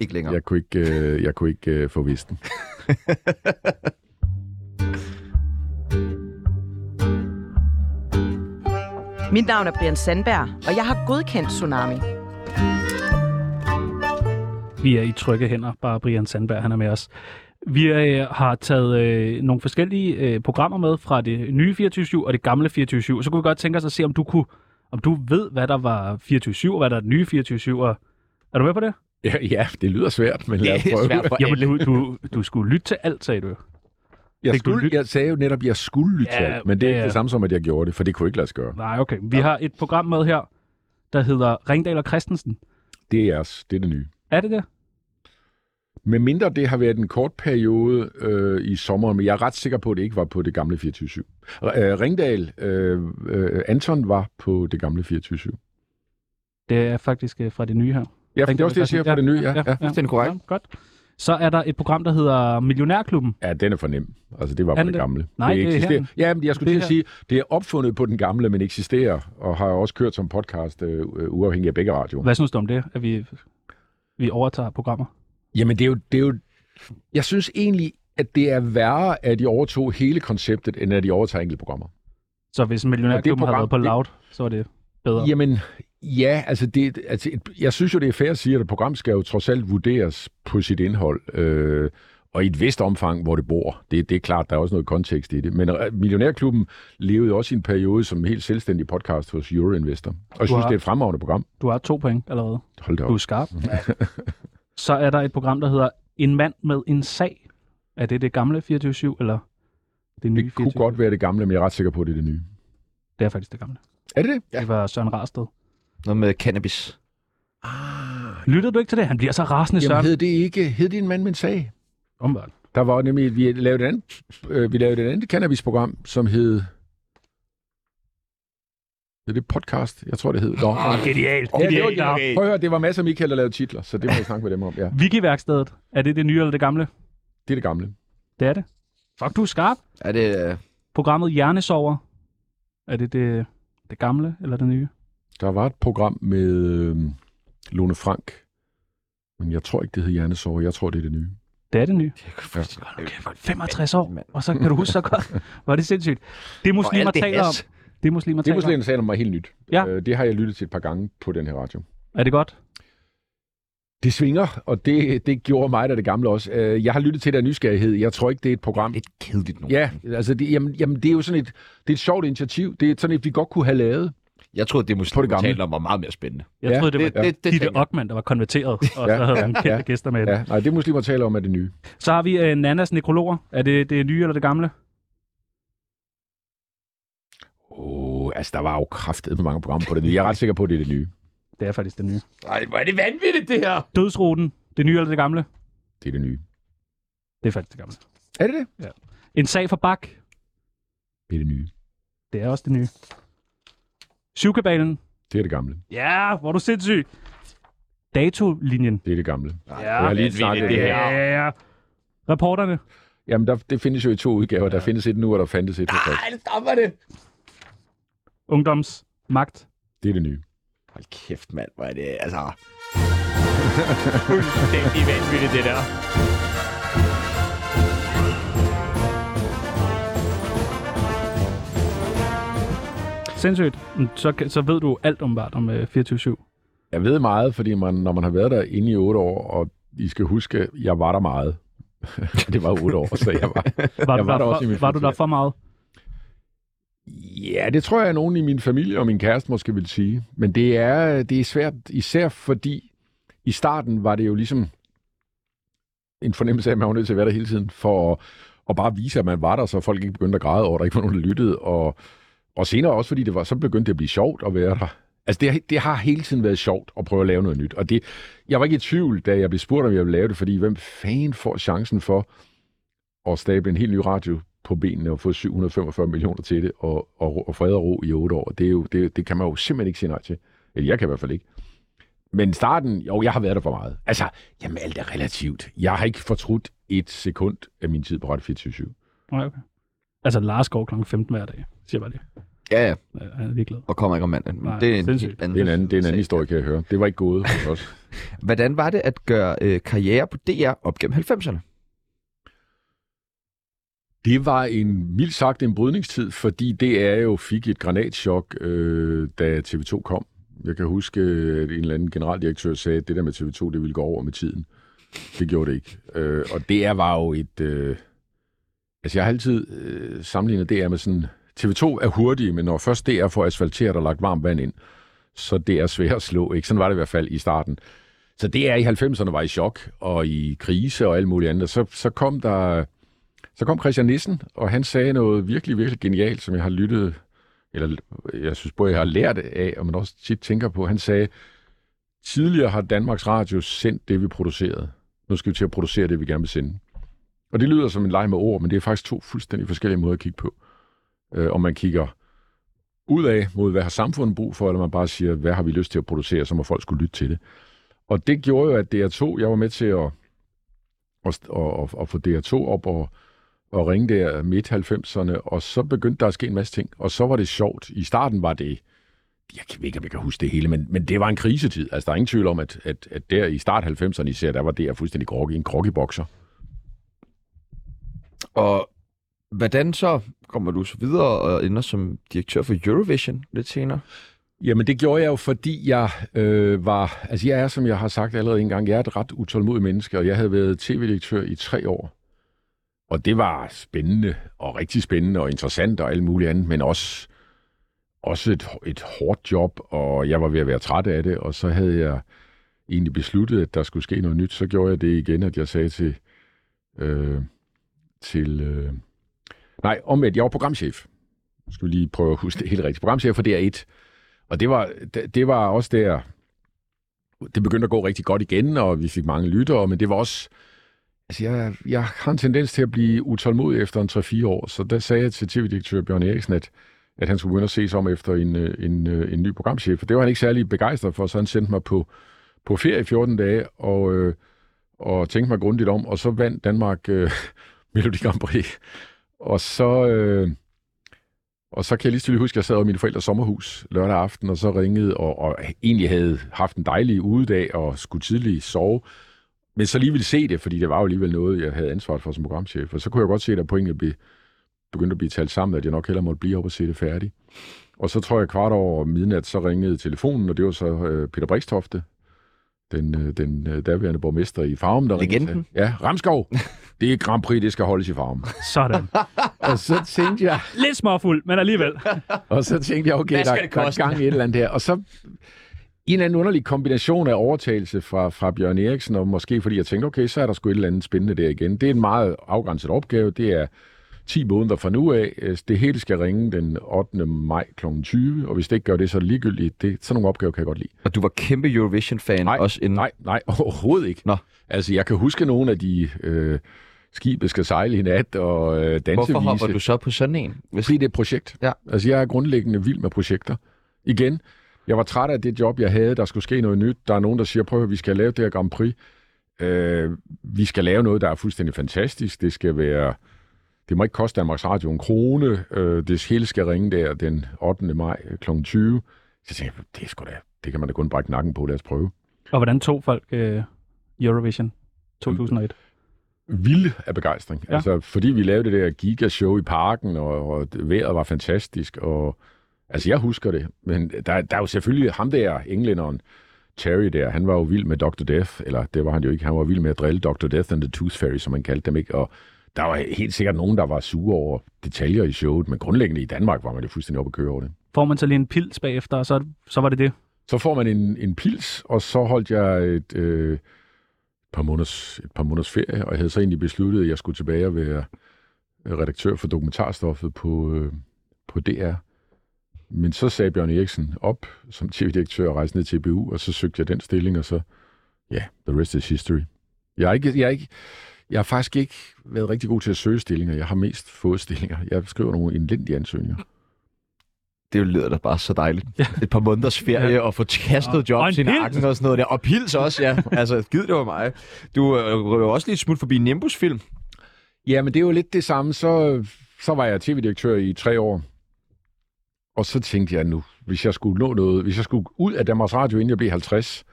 [SPEAKER 1] Ikke længere.
[SPEAKER 5] Jeg kunne ikke, øh, jeg kunne ikke øh, få vist den.
[SPEAKER 4] Mit navn er Brian Sandberg, og jeg har godkendt Tsunami.
[SPEAKER 3] Vi er i trygge hænder, bare Brian Sandberg, han er med os. Vi øh, har taget øh, nogle forskellige øh, programmer med fra det nye 24 og det gamle 24 Så kunne vi godt tænke os at se, om du kunne, om du ved, hvad der var 24 og hvad der er det nye 24 og er du med på det?
[SPEAKER 5] (laughs) Ja, ja, det lyder svært, men lad os
[SPEAKER 1] Det er
[SPEAKER 5] prøve.
[SPEAKER 1] svært for alle.
[SPEAKER 3] Jamen, du, du, du skulle lytte til alt, sagde du.
[SPEAKER 5] Jeg,
[SPEAKER 3] Fik du
[SPEAKER 5] skulle,
[SPEAKER 3] lyt-
[SPEAKER 5] jeg sagde jo netop, at jeg skulle lytte
[SPEAKER 3] Ja,
[SPEAKER 5] ja, men det er ikke
[SPEAKER 3] ja.
[SPEAKER 5] det samme som, at jeg gjorde det, for det kunne jeg ikke lade sig gøre.
[SPEAKER 3] Nej, okay. Vi har et program med her, der hedder Ringdal og Christensen.
[SPEAKER 5] Det er jeres, det er det nye.
[SPEAKER 3] Er det det?
[SPEAKER 5] Med mindre det har været en kort periode øh, i sommeren, men jeg er ret sikker på, at det ikke var på det gamle 24-7. R- øh, Ringdal, øh, øh, Anton var på det gamle 24-7.
[SPEAKER 3] Det er faktisk øh, fra det nye her.
[SPEAKER 5] Ja, for det er også det, jeg siger på det nye. Ja, ja.
[SPEAKER 1] fuldstændig korrekt.
[SPEAKER 3] Ja, godt. Så er der et program, der hedder Millionærklubben.
[SPEAKER 5] ja den er for nem. Altså, det var på
[SPEAKER 3] Er den
[SPEAKER 5] det
[SPEAKER 3] det?
[SPEAKER 5] gamle.
[SPEAKER 3] Nej, det er
[SPEAKER 5] eksisterer.
[SPEAKER 3] her.
[SPEAKER 5] Ja, men jeg skulle
[SPEAKER 3] Det
[SPEAKER 5] til
[SPEAKER 3] er
[SPEAKER 5] at sige, det er opfundet på den gamle, men eksisterer, og har også kørt som podcast øh, øh, uafhængig af begge radioer.
[SPEAKER 3] Hvad synes du om det, at vi, vi overtager programmer?
[SPEAKER 5] Jamen, det er, jo, det er jo... Jeg synes egentlig, at det er værre, at de overtog hele konceptet, end at de overtager enkelte programmer.
[SPEAKER 3] Så hvis millionærklubben havde
[SPEAKER 5] program,
[SPEAKER 3] været på
[SPEAKER 5] det-
[SPEAKER 3] loud, så er det bedre. Jamen,
[SPEAKER 5] Jamen, ja, altså, det, altså et- jeg synes jo, det er fair at sige, at et program skal jo trods alt vurderes på sit indhold, øh, og i et vist omfang, hvor det bor. Det, det er klart, der er også noget kontekst i det. Men øh, Millionærklubben levede også i en periode som helt selvstændig podcast hos Euroinvestor, og jeg synes,
[SPEAKER 3] har-
[SPEAKER 5] det er et fremragende program.
[SPEAKER 3] du har to point allerede.
[SPEAKER 5] Hold da
[SPEAKER 3] Du
[SPEAKER 5] op.
[SPEAKER 3] er skarp. (laughs) så er der et program, der hedder En mand med en sag. Er det det gamle 24-7, eller det nye
[SPEAKER 5] Det kunne
[SPEAKER 3] 24
[SPEAKER 5] godt være det gamle, men jeg er ret sikker på, at det er det nye.
[SPEAKER 3] Det er faktisk det gamle.
[SPEAKER 5] Er det det?
[SPEAKER 3] Ja. Det var Søren Rarsted.
[SPEAKER 1] Noget med cannabis.
[SPEAKER 3] Lyttede du ikke til det? Han bliver så rasende,
[SPEAKER 5] Jamen,
[SPEAKER 3] Søren.
[SPEAKER 5] hed det ikke hed det en mand med en sag?
[SPEAKER 3] Omvendt.
[SPEAKER 5] Der var nemlig, vi lavede et andet, øh, vi lavede et andet cannabisprogram, som hed... Det er det podcast, jeg tror, det hed. Nå,
[SPEAKER 3] (laughs)
[SPEAKER 5] nej.
[SPEAKER 3] Genialt.
[SPEAKER 5] Ja, det var
[SPEAKER 3] Genialt.
[SPEAKER 5] genialt. Prøv at høre, det var masser af Michael, der lavede titler, så det må jeg snakke med dem om. Ja,
[SPEAKER 3] Wiki-værkstedet. Er det det nye eller det gamle?
[SPEAKER 5] det er det gamle.
[SPEAKER 3] Det er det. Fuck, du er skarp.
[SPEAKER 1] Er det... øh,
[SPEAKER 3] Programmet Hjernesover. Er det det, det gamle eller det nye?
[SPEAKER 5] Der var et program med øh, Lone Frank, men jeg tror ikke, det hed Hjernesover. Jeg tror, det er det nye.
[SPEAKER 3] Det er det nye.
[SPEAKER 1] Jeg kan faktisk-
[SPEAKER 3] Hold nu kæft, 65 år,
[SPEAKER 1] mand.
[SPEAKER 3] og så kan du huske så godt. Hvor er det sindssygt. Det
[SPEAKER 1] Og
[SPEAKER 3] muslimer
[SPEAKER 1] alt det
[SPEAKER 3] taler om.
[SPEAKER 1] has.
[SPEAKER 3] Det muslimer
[SPEAKER 5] Det er
[SPEAKER 3] taler om.
[SPEAKER 5] måske en sag om mig helt nyt.
[SPEAKER 3] Ja.
[SPEAKER 5] Øh, det har jeg lyttet til et par gange på den her radio.
[SPEAKER 3] Er det godt?
[SPEAKER 5] Det svinger, og det, det gjorde mig da det gamle også. Øh, Jeg har lyttet til det af nysgerrighed. Jeg tror ikke, det er et program,
[SPEAKER 1] Lidt kedeligt nu.
[SPEAKER 5] Ja, altså det, jamen, jamen, det er jo sådan et, det er et sjovt initiativ. Det er sådan et, vi godt kunne have lavet.
[SPEAKER 1] Jeg troede, det
[SPEAKER 5] På
[SPEAKER 1] muslimer
[SPEAKER 5] det gamle.
[SPEAKER 1] talte om var meget mere spændende.
[SPEAKER 3] Jeg
[SPEAKER 5] Ja,
[SPEAKER 3] troede, det, var
[SPEAKER 1] det- det- det
[SPEAKER 3] Ditte
[SPEAKER 1] tænker jeg.
[SPEAKER 3] Ockmann, der var konverteret, og så
[SPEAKER 5] Ja,
[SPEAKER 3] havde han
[SPEAKER 5] ja,
[SPEAKER 3] kæmpe
[SPEAKER 5] ja.
[SPEAKER 3] gæster med. Ja.
[SPEAKER 5] Ja, nej, det muslimer taler om er det nye.
[SPEAKER 3] Så har vi uh, Nannas nekrologer. Er det det nye eller det gamle?
[SPEAKER 5] Åh, oh, altså der var jo kraftet med mange programmer på det nye. Jeg er ret sikker på, at det er det nye.
[SPEAKER 3] Det er faktisk det nye.
[SPEAKER 1] Nej, hvor er det vanvittigt, det her!
[SPEAKER 3] Dødsruten. Det nye eller det gamle?
[SPEAKER 5] Det er det nye.
[SPEAKER 3] Det er faktisk det gamle.
[SPEAKER 5] Er det det?
[SPEAKER 3] En sag for bak.
[SPEAKER 5] Det er det nye.
[SPEAKER 3] Det er også det nye. Syvkabalen.
[SPEAKER 5] Det er det gamle.
[SPEAKER 3] Ja, hvor er du sindssyg. Datolinjen.
[SPEAKER 5] Det er det gamle.
[SPEAKER 3] Ja,
[SPEAKER 5] jeg har lige
[SPEAKER 1] vanvittigt,
[SPEAKER 5] snakket det
[SPEAKER 1] det
[SPEAKER 5] her.
[SPEAKER 1] her.
[SPEAKER 3] Ja, ja. Reporterne.
[SPEAKER 5] Jamen, der, det findes jo i to udgaver. Der findes et nu, og der fandtes et for først.
[SPEAKER 1] Ej, det stopper det!
[SPEAKER 3] Ungdoms. Magt.
[SPEAKER 5] Det er det nye.
[SPEAKER 1] Hold kæft, mand, hvor er det, altså... Fuldstændig vanvittigt, det der.
[SPEAKER 3] Sindssygt. Mm, Så, kan- så ved du alt om hvert om øh, 24-7.
[SPEAKER 5] Jeg ved meget, (laughs) fordi man, når man har været der inde i otte år, og I skal huske, jeg var der meget. det var otte år, så jeg var...
[SPEAKER 3] Var,
[SPEAKER 5] Jeg
[SPEAKER 3] du,
[SPEAKER 5] var
[SPEAKER 3] der
[SPEAKER 5] der også i
[SPEAKER 3] for,
[SPEAKER 5] mit
[SPEAKER 3] var du der
[SPEAKER 5] fritid.
[SPEAKER 3] for meget?
[SPEAKER 5] Ja, det tror jeg, at nogen i min familie og min kæreste måske vil sige. Men det er, det er svært, især fordi i starten var det jo ligesom en fornemmelse af, at man var nødt til at være der hele tiden, for at, at bare vise, at man var der, så folk ikke begyndte at græde over, at der ikke var nogen, der lyttede. Og, og senere også, fordi det var, så begyndte det at blive sjovt at være der. Altså, det, har- det har hele tiden været sjovt at prøve at lave noget nyt. Og det, jeg var ikke i tvivl, da jeg blev spurgt, om jeg ville lave det, fordi hvem fanden får chancen for at stable en helt ny radio på benene og få 745 millioner til det og, og, og fred og ro i otte år. Det, er jo, det, det kan man jo simpelthen ikke sige nej til. Eller jeg kan i hvert fald ikke. Men starten, jo, jeg har været der for meget. Altså, jamen alt er relativt. Jeg har ikke fortrudt et sekund af min tid på Radio 24
[SPEAKER 3] Nej, okay. Altså, Lars går kl. 15 hver dag, siger jeg bare lige.
[SPEAKER 1] Ja, ja,
[SPEAKER 3] Øh, Han er virkelig glad.
[SPEAKER 1] og kommer ikke om mandagen. Men
[SPEAKER 3] Nej,
[SPEAKER 1] det er en
[SPEAKER 3] sindssygt.
[SPEAKER 1] helt anden,
[SPEAKER 5] Det er en anden, det er en anden
[SPEAKER 1] sag.
[SPEAKER 5] historie, kan jeg høre. Det var ikke gået hos os.
[SPEAKER 1] Hvordan var det at gøre øh, karriere på DR op gennem 90'erne?
[SPEAKER 5] Det var en, mildt sagt, en brydningstid, fordi det er jo fik et granatschok, øh, da TV2 kom. Jeg kan huske, at en eller anden generaldirektør sagde, at det der med TV2, det ville gå over med tiden. Det gjorde det ikke. Øh, og det er- var jo et... Øh, altså, jeg har altid øh, sammenlignet DR med sådan... TV2 er hurtige, men når først DR får asfalteret og lagt varmt vand ind, så det er svært at slå. Ikke? Sådan var det i hvert fald i starten. Så det er i 90'erne var i chok og i krise og alt muligt andet. Og Så, så kom der... Øh, så kom Christian Nissen, og han sagde noget virkelig, virkelig genialt, som jeg har lyttet, eller jeg synes både, jeg har lært af, og man også tit tænker på. Han sagde, tidligere har Danmarks Radio sendt det, vi producerede. Nu skal vi til at producere det, vi gerne vil sende. Og det lyder som en leg med ord, men det er faktisk to fuldstændig forskellige måder at kigge på. Øh, om man kigger ud af mod, hvad har samfundet brug for, eller man bare siger, hvad har vi lyst til at producere, så må folk skulle lytte til det. Og det gjorde jo, at DR2, jeg var med til at, at, at, at få DR2 op og, og ringe der midt 90'erne, og så begyndte der at ske en masse ting, og så var det sjovt. I starten var det, jeg kan ikke, om jeg kan huske det hele, men, men det var en krisetid. Altså, der er ingen tvivl om, at, at, at der i start 90'erne især, der var det fuldstændig grog, en krokkebokser.
[SPEAKER 1] Og hvordan så kommer du så videre og ender som direktør for Eurovision lidt senere?
[SPEAKER 5] Jamen, det gjorde jeg jo, fordi jeg øh, var... Altså, jeg er, som jeg har sagt allerede en gang, jeg er et ret utålmodigt menneske, og jeg havde været tv-direktør i tre år. Og det var spændende, og rigtig spændende, og interessant, og alt muligt andet, men også, også et, et hårdt job, og jeg var ved at være træt af det, og så havde jeg egentlig besluttet, at der skulle ske noget nyt. Så gjorde jeg det igen, at jeg sagde til... Øh, til øh, nej, omvendt, jeg var programchef. Nu Skal vi lige prøve at huske det helt rigtigt. Programchef for DR1. Og det var, det- det var også der, det begyndte at gå rigtig godt igen, og vi fik mange lyttere, men det var også, altså jeg, jeg har en tendens til at blive utålmodig efter en 3-4 år, så der sagde jeg til tv-direktør Bjørn Eriksen, at, at han skulle begynde at se sig om efter en, øh, en, øh, en ny programchef, og det var han ikke særlig begejstret for, så han sendte mig på, på ferie i 14 dage, og, øh, og tænkte mig grundigt om, og så vandt Danmark øh, (laughs) Melodi Grand Prix. Og så... Øh, og så kan jeg lige så tydeligt huske, at jeg sad i mine forældres sommerhus lørdag aften, og så ringede, og, og egentlig havde haft en dejlig ugedag, og skulle tidligt sove. Men så lige ville se det, fordi det var jo alligevel noget, jeg havde ansvaret for som programchef. Og så kunne jeg godt se, at pointene blev, begyndte at blive talt sammen, at jeg nok hellere måtte blive op og se det færdigt. Og så tror jeg kvart over midnat, så ringede telefonen, og det var så øh, Peter Brikstofte, den, øh, den øh, daværende borgmester i Farum, der ringede. og sagde,
[SPEAKER 1] Legenden.
[SPEAKER 5] Ja, Ramskov. Det er Grand Prix, det skal holdes i Farum. (laughs)
[SPEAKER 3] Sådan.
[SPEAKER 5] og så tænkte jeg,
[SPEAKER 3] Lidt småfuld, men alligevel.
[SPEAKER 5] og så tænkte jeg, okay, der,
[SPEAKER 1] Hvad
[SPEAKER 5] der
[SPEAKER 1] skal det
[SPEAKER 5] er
[SPEAKER 1] koste?
[SPEAKER 5] gang i et eller andet her. Og så en eller anden underlig kombination af overtagelse fra, fra Bjørn Eriksen, og måske fordi jeg tænkte, okay, så er der sgu et eller andet spændende der igen. Det er en meget afgrænset opgave. Det er 10 måneder fra nu af. Øh, Det hele skal ringe den 8. maj kl. 20, og hvis det ikke gør det, så er det ligegyldigt. Det, sådan nogle opgaver kan jeg godt lide.
[SPEAKER 1] Og du var kæmpe Eurovision-fan
[SPEAKER 5] Nej,
[SPEAKER 1] også inden.
[SPEAKER 5] Nej, nej, overhovedet ikke.
[SPEAKER 1] Nå.
[SPEAKER 5] Altså, jeg kan huske nogle af de øh, skibe skal sejle i nat, og øh, dansevise.
[SPEAKER 1] Hvorfor hopper du så på sådan en? Hvis...
[SPEAKER 5] Fordi det er et projekt.
[SPEAKER 1] Ja.
[SPEAKER 5] Altså, jeg er grundlæggende vild med projekter. Igen, jeg var træt af det job, jeg havde. Der skulle ske noget nyt. Der er nogen, der siger, prøv at høre, vi skal lave det her Grand Prix. Øh, vi skal lave noget, der er fuldstændig fantastisk. Det skal være... Det må ikke koste Danmarks Radio en krone. Øh, det hele skal ringe der den 8. maj kl. 20. Så tænkte jeg, det er sgu da... Det kan man da kun brække nakken på. Lad os prøve.
[SPEAKER 3] Og hvordan tog folk øh,
[SPEAKER 5] Mm.
[SPEAKER 3] Eurovision 2001?
[SPEAKER 5] vilde af begejstring.
[SPEAKER 3] Ja.
[SPEAKER 5] Ja. Altså, fordi vi lavede det der gigashow i parken, og, og vejret var fantastisk, og altså, jeg husker det, men der, der er jo selvfølgelig ham der, englænderen, Terry der, han var jo vild med Dr. Death, eller det var han jo ikke, han var vild med at drille Dr. Death and the Tooth Fairy, som man kaldte dem, ikke? Og der var helt sikkert nogen, der var sure over detaljer i showet, men grundlæggende i Danmark var man jo fuldstændig oppe at køre over det.
[SPEAKER 3] Får man så lige en pils bagefter, og så, så var det det.
[SPEAKER 5] Så får man en, en pils, og så holdt jeg et, øh, et, par måneders, et par måneders ferie, og jeg havde så egentlig besluttet, at jeg skulle tilbage og være redaktør for dokumentarstoffet på, øh, på DR. Men så sagde Bjørn Eriksen op som tv-direktør og rejste ned til BU, og så søgte jeg den stilling, og så, ja, yeah, the rest is history. Jeg er ikke, jeg er ikke, jeg har faktisk ikke været rigtig god til at søge stillinger. Jeg har mest fået stillinger. Jeg skriver nogle elendige ansøgninger.
[SPEAKER 1] Det lyder da bare så dejligt. Et par måneders ferie
[SPEAKER 3] Ja.
[SPEAKER 1] ja. og få kastet
[SPEAKER 3] Og en
[SPEAKER 1] jobs i
[SPEAKER 3] pils.
[SPEAKER 1] nakken og sådan noget der. Og pils også,
[SPEAKER 5] (laughs)
[SPEAKER 1] ja. Altså, gid det var mig. Du øh, røg også lige et smut forbi Nimbus Film.
[SPEAKER 5] Ja, men det er jo lidt det samme. Så, så var jeg tv-direktør i tre år. Og så tænkte jeg nu, hvis jeg skulle nå noget, hvis jeg skulle ud af Danmarks Radio, inden jeg blev 50,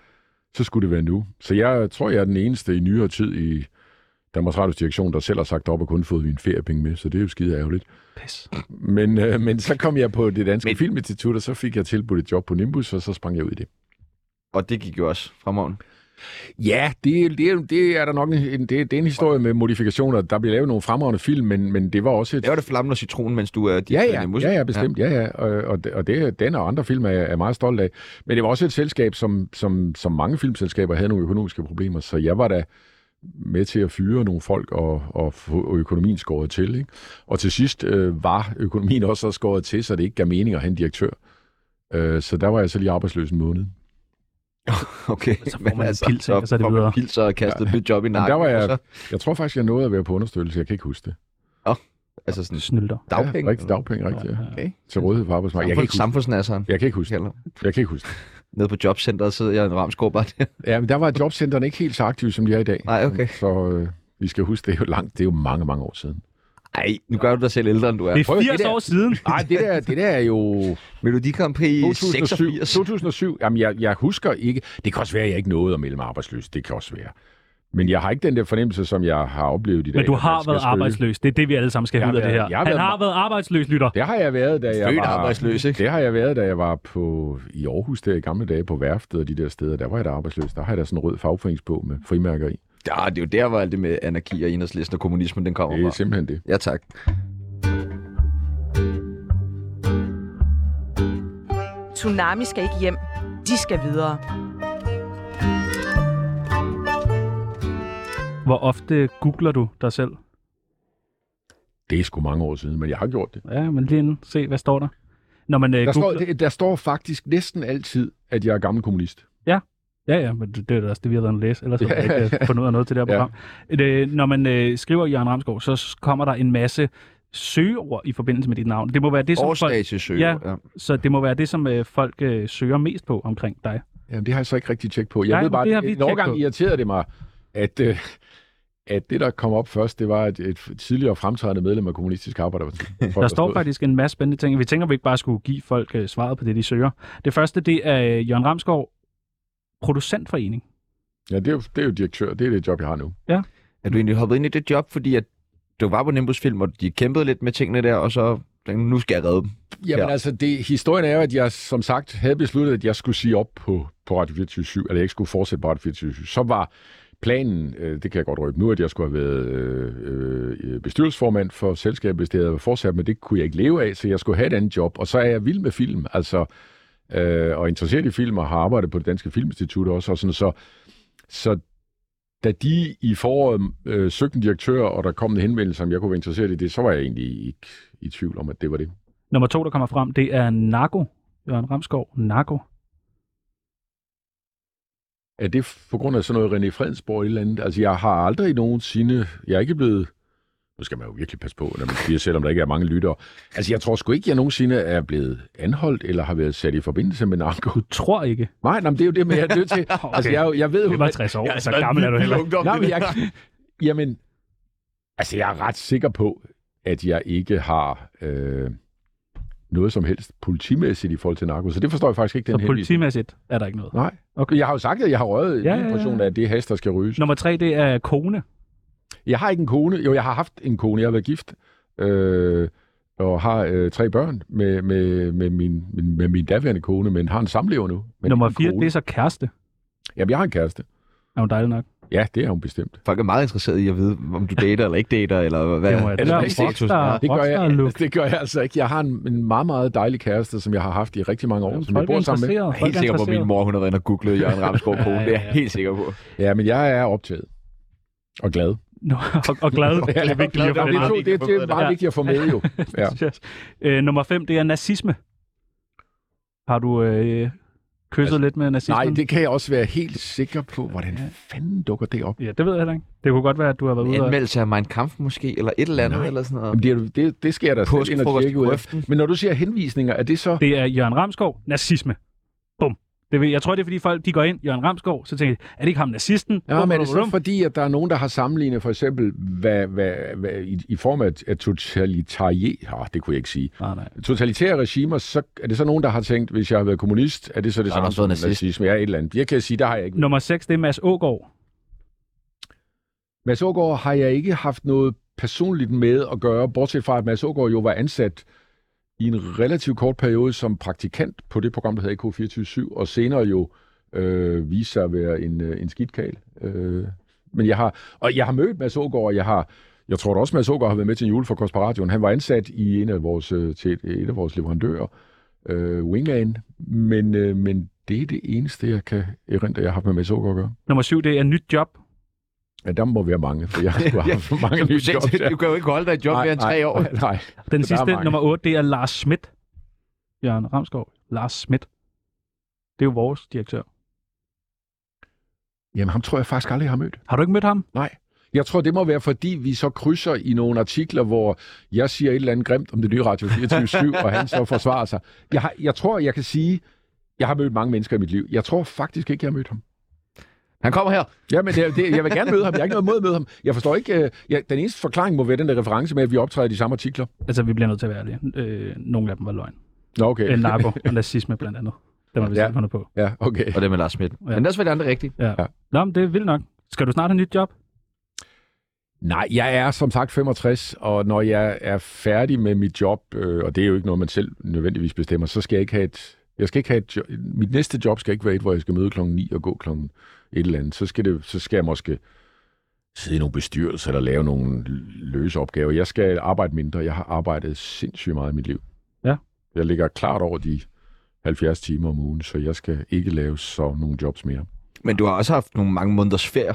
[SPEAKER 5] så skulle det være nu. Så jeg tror, jeg er den eneste i nyere tid i Danmarks Radios direktion, der selv har sagt op og kun fået mine feriepenge med, så det er jo skide ærgerligt.
[SPEAKER 3] Pis.
[SPEAKER 5] Men, øh, men så kom jeg på det danske
[SPEAKER 1] Men-
[SPEAKER 5] men... filminstitut, og så fik jeg tilbudt et job på Nimbus, og så sprang jeg ud i det.
[SPEAKER 1] Og det gik jo også fremragende.
[SPEAKER 5] Ja, det, det, er- det er der nok en, en- det, det er en historie med modifikationer. Der blev lavet nogle fremragende film, men, men det var også et
[SPEAKER 1] Det var det flammen og citronen, mens du er dit
[SPEAKER 5] Ja,
[SPEAKER 1] øh,
[SPEAKER 5] ja,
[SPEAKER 1] Nimbus.
[SPEAKER 5] ja, ja, bestemt, ja, ja. Og, og, det- og det, den og andre film er jeg er meget stolt af. Men det var også et selskab, som, som, som mange filmselskaber havde nogle økonomiske problemer, så jeg var da med til at fyre nogle folk og, og få økonomien skåret til. Ikke? Og til sidst øh, var økonomien også så skåret til, så det ikke gav mening at have en direktør. Øh, så der var jeg så lige arbejdsløs en måned.
[SPEAKER 1] Okay.
[SPEAKER 3] (laughs)
[SPEAKER 1] altså,
[SPEAKER 3] Så får man en pils, ikke? Og så er det
[SPEAKER 1] får man
[SPEAKER 3] videre.
[SPEAKER 1] pils og kastet ja. nyt job i
[SPEAKER 5] Men
[SPEAKER 1] nakken.
[SPEAKER 5] der var
[SPEAKER 1] og
[SPEAKER 5] jeg,
[SPEAKER 1] så,
[SPEAKER 5] jeg tror faktisk, jeg nåede at være på understøttelse. Jeg kan ikke huske det.
[SPEAKER 1] altså sådan
[SPEAKER 3] Snylter.
[SPEAKER 1] dagpenge.
[SPEAKER 5] Mm. Ja, rigtig dagpenge, rigtigt. Ja.
[SPEAKER 1] Okay.
[SPEAKER 5] Til rådighed for arbejdsmarkedet. Jeg
[SPEAKER 1] Samfund,
[SPEAKER 5] kan ikke huske
[SPEAKER 1] samfundsnasseren.
[SPEAKER 5] det. Jeg kan ikke huske det.
[SPEAKER 1] Kalder.
[SPEAKER 5] Jeg kan ikke huske det.
[SPEAKER 1] Nede på jobcenteret sidder jeg i en ramskår bare
[SPEAKER 5] (laughs)
[SPEAKER 1] der.
[SPEAKER 5] Ja, men der var jobcentrene ikke helt så aktive, som de er i dag.
[SPEAKER 1] Nej, okay.
[SPEAKER 5] Så øh, vi skal huske, det er jo langt, det er jo mange, mange år siden.
[SPEAKER 1] Ej, nu gør du dig selv ældre, end du er.
[SPEAKER 3] Det er
[SPEAKER 5] prøv at-
[SPEAKER 3] 80
[SPEAKER 5] det der-
[SPEAKER 3] år siden.
[SPEAKER 5] (laughs) Nej, det der, det der er jo
[SPEAKER 1] Melodi Grand Prix
[SPEAKER 5] 2007.
[SPEAKER 1] 86.
[SPEAKER 5] 2007. Jamen, jeg, jeg husker ikke. Det kan også være, at jeg ikke nåede at melde mig arbejdsløs. Det kan også være. Men jeg har ikke den der fornemmelse, som jeg har oplevet i dag.
[SPEAKER 3] Men du
[SPEAKER 5] at
[SPEAKER 3] har
[SPEAKER 5] jeg skal
[SPEAKER 3] været
[SPEAKER 5] spøge.
[SPEAKER 3] arbejdsløs. Det er det, vi alle sammen skal
[SPEAKER 5] Jeg
[SPEAKER 3] have
[SPEAKER 5] har
[SPEAKER 3] ud af det
[SPEAKER 5] været-
[SPEAKER 3] her.
[SPEAKER 5] jeg har
[SPEAKER 3] Han
[SPEAKER 5] været-
[SPEAKER 3] har været arbejdsløs, lytter.
[SPEAKER 5] Det har jeg været, da jeg
[SPEAKER 1] Født
[SPEAKER 5] var...
[SPEAKER 1] arbejdsløs, ikke?
[SPEAKER 5] Det har jeg været, da jeg var på, i Aarhus der i gamle dage på værftet og de der steder. Der var jeg da arbejdsløs. Der har jeg da sådan en rød fagforeningsbog med frimærker i.
[SPEAKER 1] Ja, det er jo der, hvor alt det med anarki og enhedslisten og kommunismen, den kommer
[SPEAKER 5] Det er
[SPEAKER 1] fra.
[SPEAKER 5] simpelthen det.
[SPEAKER 1] Ja, tak.
[SPEAKER 4] Tsunami skal ikke hjem. De skal videre.
[SPEAKER 3] Hvor ofte googler du dig selv?
[SPEAKER 5] Det er sgu mange år siden, men jeg har gjort det.
[SPEAKER 3] Ja, men lige inden. Se, hvad står der? Når man øh,
[SPEAKER 5] Der står,
[SPEAKER 3] googler...
[SPEAKER 5] det- der står faktisk næsten altid, at jeg er gammel kommunist.
[SPEAKER 3] Ja, ja, men det det er da også det, vi har lavet en læs. Ellers har vi
[SPEAKER 5] Ja.
[SPEAKER 3] ikke øh, fundet ud af noget til det her
[SPEAKER 5] Ja.
[SPEAKER 3] program. Det, når man øh, skriver Jørgen Ramskov, så s- kommer der en masse søgeord i forbindelse med dit navn. Det må være det, som folk,
[SPEAKER 1] Årsag til søger.
[SPEAKER 3] Ja.
[SPEAKER 1] Ja. ja.
[SPEAKER 3] så det må være det, som øh, folk øh, søger mest på omkring dig.
[SPEAKER 5] Jamen, det har jeg så ikke rigtig tjekket på. Jeg
[SPEAKER 3] Nej,
[SPEAKER 5] ved
[SPEAKER 3] men
[SPEAKER 5] bare,
[SPEAKER 3] det har
[SPEAKER 5] at
[SPEAKER 3] vi
[SPEAKER 5] en
[SPEAKER 3] tjekket
[SPEAKER 5] årgang
[SPEAKER 3] på.
[SPEAKER 5] irriterede det mig, at, øh, at det, der kom op først, det var et, et tidligere fremtrædende medlem af Kommunistisk Arbejderparti.
[SPEAKER 3] (laughs) Der står faktisk en masse spændende ting. Vi tænker, at vi ikke bare skulle give folk øh, svaret på det, de søger. Det første, det er øh, Jørgen Ramskov, producentforening.
[SPEAKER 5] Ja, det er, jo, det er jo direktør. Det er det job, jeg har nu.
[SPEAKER 1] Er du egentlig hoppet ind i det job, fordi at du var på Nimbus Film, og de kæmpede lidt med tingene der, og så tænkte, nu skal jeg redde dem.
[SPEAKER 5] Jamen
[SPEAKER 1] Ja.
[SPEAKER 5] ja. altså, det, historien er jo, at jeg som sagt havde besluttet, at jeg skulle sige op på, på Radio 24 eller jeg ikke skulle fortsætte på Radio 24 Så var planen, øh, det kan jeg godt røbe nu, at jeg skulle have været øh, øh, bestyrelsesformand for selskabet, hvis det havde været fortsat, men det kunne jeg ikke leve af, så jeg skulle have et andet job. Og så er jeg vild med film, altså, øh, og interesseret i film, og har arbejdet på det Danske Filminstitut også, og sådan, så, så da de i foråret øh, søgte en direktør, og der kom en henvendelse, om jeg kunne være interesseret i det, så var jeg egentlig ikke i tvivl om, at det var det.
[SPEAKER 3] Nummer to, der kommer frem, det er Nago. Jørgen Ramskov, Nago.
[SPEAKER 5] Er det på grund af sådan noget René Fredensborg eller andet? Altså, jeg har aldrig nogensinde... Jeg er ikke blevet... Nu skal man jo virkelig passe på, når man siger, selvom der ikke er mange lyttere. Altså, jeg tror sgu ikke, jeg nogensinde er blevet anholdt eller har været sat i forbindelse med narko.
[SPEAKER 3] Du tror ikke.
[SPEAKER 5] Nej, nej, men det er jo det, men jeg er nødt til.
[SPEAKER 3] (laughs) Okay.
[SPEAKER 5] Altså, jeg, er jo- altså, jeg ved jo...
[SPEAKER 3] Det var 60 år, så gammel er du heller.
[SPEAKER 5] (laughs)
[SPEAKER 3] ikke.
[SPEAKER 5] Nej, men jeg, jamen, altså, jeg er ret sikker på, at jeg ikke har øh, noget som helst politimæssigt i forhold til narko. Så det forstår jeg faktisk ikke, den
[SPEAKER 3] Så
[SPEAKER 5] henvisning.
[SPEAKER 3] politimæssigt er der ikke noget.
[SPEAKER 5] Nej.
[SPEAKER 3] Okay.
[SPEAKER 5] Okay. Jeg har jo sagt, at jeg har røget
[SPEAKER 3] Ja,
[SPEAKER 5] ja,
[SPEAKER 3] ja,
[SPEAKER 5] en
[SPEAKER 3] ja.
[SPEAKER 5] portion af det hash, der skal ryges.
[SPEAKER 3] Nummer tre, det er kone.
[SPEAKER 5] Jeg har ikke en kone. Jo, jeg har haft en kone. Jeg har været gift øh, og har øh, tre børn med, med, med, min, med, med min daværende kone, men har en samlever nu. Men
[SPEAKER 3] Nummer
[SPEAKER 5] ikke en
[SPEAKER 3] 4,
[SPEAKER 5] kone.
[SPEAKER 3] det er så kæreste.
[SPEAKER 5] Jamen, jeg har en kæreste.
[SPEAKER 3] Er hun dejlig nok?
[SPEAKER 5] Ja, det er hun bestemt.
[SPEAKER 1] Folk er meget interesserede i at vide, om du dater eller ikke dater, eller hvad.
[SPEAKER 3] Det må jeg
[SPEAKER 5] er
[SPEAKER 3] da.
[SPEAKER 5] det ikke
[SPEAKER 1] status?
[SPEAKER 3] Rockstar-
[SPEAKER 1] Ja,
[SPEAKER 5] Det gør, jeg,
[SPEAKER 3] rockstar-look.
[SPEAKER 5] (laughs) det gør jeg altså ikke. Jeg har en, en meget, meget dejlig kæreste, som jeg har haft i rigtig mange år, som jeg
[SPEAKER 3] Folk er
[SPEAKER 5] Altså, bor sammen med.
[SPEAKER 1] Jeg
[SPEAKER 3] interesseret.
[SPEAKER 1] er helt
[SPEAKER 3] Folk er
[SPEAKER 1] sikker på, at min
[SPEAKER 3] interesseret.
[SPEAKER 1] mor hun har været inde og googlet (laughs) Jørgen Ramsgaard Kone. Det er jeg helt sikker på.
[SPEAKER 5] Ja, men jeg er optaget. Og glad.
[SPEAKER 3] Nå, (laughs) og, og
[SPEAKER 5] (laughs)
[SPEAKER 3] glad. Det er vigtigt lige at
[SPEAKER 5] Det
[SPEAKER 3] få
[SPEAKER 1] Glad,
[SPEAKER 5] er, det,
[SPEAKER 3] det.
[SPEAKER 1] meget
[SPEAKER 5] to,
[SPEAKER 1] vigtigt at
[SPEAKER 5] det, det
[SPEAKER 1] få
[SPEAKER 5] er
[SPEAKER 1] med
[SPEAKER 5] meget
[SPEAKER 3] det.
[SPEAKER 5] vigtigt at få med,
[SPEAKER 3] (laughs)
[SPEAKER 5] jo. Ja.
[SPEAKER 3] Øh, nummer fem, det er nazisme. Har du øh, kysset altså, lidt med nazismen?
[SPEAKER 5] Nej, det kan jeg også være helt sikker på. Hvordan fanden dukker det op?
[SPEAKER 3] Ja, det ved jeg heller ikke. Det kunne godt være, at du har været ude og...
[SPEAKER 1] Anmeldelse af Mein Kampf måske, eller et eller andet,
[SPEAKER 5] Nej.
[SPEAKER 1] eller sådan noget.
[SPEAKER 5] Jamen, det, er- det, det skal jeg da selv ind og
[SPEAKER 1] Påskefrokost
[SPEAKER 5] tjekke
[SPEAKER 1] på
[SPEAKER 5] ud af.
[SPEAKER 1] (laughs) aften.
[SPEAKER 5] Men når du siger henvisninger, er det så...
[SPEAKER 3] Det er Jørgen Ramskov, nazisme. Bum. Det ved, jeg tror, det er, fordi folk de går ind, Jørgen Ramskov, så tænker de, er det ikke ham nazisten?
[SPEAKER 5] Ja,
[SPEAKER 3] Bum,
[SPEAKER 5] men er det
[SPEAKER 3] bum,
[SPEAKER 5] så
[SPEAKER 3] bum.
[SPEAKER 5] fordi, at der er nogen, der har sammenlignet for eksempel hvad, hvad, hvad, i, i form af, af totalitære... Oh, det kunne jeg ikke sige.
[SPEAKER 3] Nej, nej.
[SPEAKER 5] totalitære regimer, så er det så nogen, der har tænkt, hvis jeg har været kommunist, er det så det
[SPEAKER 1] har
[SPEAKER 5] samme
[SPEAKER 1] også været
[SPEAKER 5] som
[SPEAKER 1] nazist.
[SPEAKER 5] nazisme? Ja, et eller andet. Jeg kan sige, der har jeg ikke.
[SPEAKER 3] Nummer 6, det er Mads Ågaard.
[SPEAKER 5] Mads Ågaard har jeg ikke haft noget personligt med at gøre, bortset fra, at Mads Ågaard jo var ansat i en relativt kort periode som praktikant på det program, der hedder AK247, og senere jo øh, viste sig at være en, øh, en skidtkal. Øh, men jeg har, og jeg har mødt Mads Ågaard, og jeg har jeg tror da også, Mads Ågaard har været med til en julefrokost på radioen. Han var ansat i en af vores, øh, til et, et af vores leverandører, øh, Wingman, men, øh, men det er det eneste, jeg kan erindre, jeg har haft med Mads Ågaard at gøre.
[SPEAKER 3] Nummer 7, det er nyt job.
[SPEAKER 5] Ja, der må være mange, for jeg har (laughs) haft for mange
[SPEAKER 1] Som
[SPEAKER 5] nye
[SPEAKER 1] du, selv
[SPEAKER 5] jobs.
[SPEAKER 1] siger,
[SPEAKER 5] ja.
[SPEAKER 1] du kan jo ikke holde dig i et job mere end tre år.
[SPEAKER 5] Nej, nej.
[SPEAKER 3] Den
[SPEAKER 5] Der er
[SPEAKER 3] sidste,
[SPEAKER 5] mange.
[SPEAKER 3] nummer 8, det er Lars Schmidt. Jørgen Ramskov, Lars Schmidt. Det er jo vores direktør.
[SPEAKER 5] Jamen, ham tror jeg faktisk aldrig, jeg har mødt.
[SPEAKER 3] Har du ikke mødt ham?
[SPEAKER 5] Nej. Jeg tror, det må være, fordi vi så krydser i nogle artikler, hvor jeg siger et eller andet grimt om det nye Radio 24 og han så forsvarer sig. Jeg, har, jeg tror, jeg kan sige, jeg har mødt mange mennesker i mit liv. Jeg tror faktisk ikke, jeg har mødt ham.
[SPEAKER 1] Han kommer her.
[SPEAKER 5] Ja, men det, er- det, jeg vil gerne møde ham. Jeg har ikke noget mod at møde ham. Jeg forstår ikke... Øh, jeg, den eneste forklaring må være den der reference med, at vi optræder i de samme artikler.
[SPEAKER 3] Altså, vi bliver nødt til at være ærlige. Øh, nogle af dem var
[SPEAKER 5] (laughs)
[SPEAKER 3] løgn.
[SPEAKER 5] Nå, okay.
[SPEAKER 3] Øh, narko og nazisme blandt andet. Det var vi
[SPEAKER 5] Ja.
[SPEAKER 3] selv fundet på.
[SPEAKER 5] Ja, okay.
[SPEAKER 1] Og det med Lars Schmidt. Ja. Men ellers var det andet rigtigt.
[SPEAKER 3] Ja.
[SPEAKER 5] Ja.
[SPEAKER 3] ja. Nå, men det er vildt nok. Skal du snart have nyt job?
[SPEAKER 5] Nej, jeg er som sagt 65, og når jeg er færdig med mit job, øh, og det er jo ikke noget, man selv nødvendigvis bestemmer, så skal jeg ikke have et... Jeg skal ikke have et jo- mit næste job skal ikke være et, hvor jeg skal møde klokken 9 og gå klokken et eller andet. Så skal, det, så skal jeg måske sidde i nogle bestyrelser eller lave nogle løse opgaver. Jeg skal arbejde mindre. Jeg har arbejdet sindssygt meget i mit liv.
[SPEAKER 3] Ja.
[SPEAKER 5] Jeg ligger klart over de 70 timer om ugen, så jeg skal ikke lave så nogle jobs mere.
[SPEAKER 1] Men du har også haft nogle mange måneders ferie.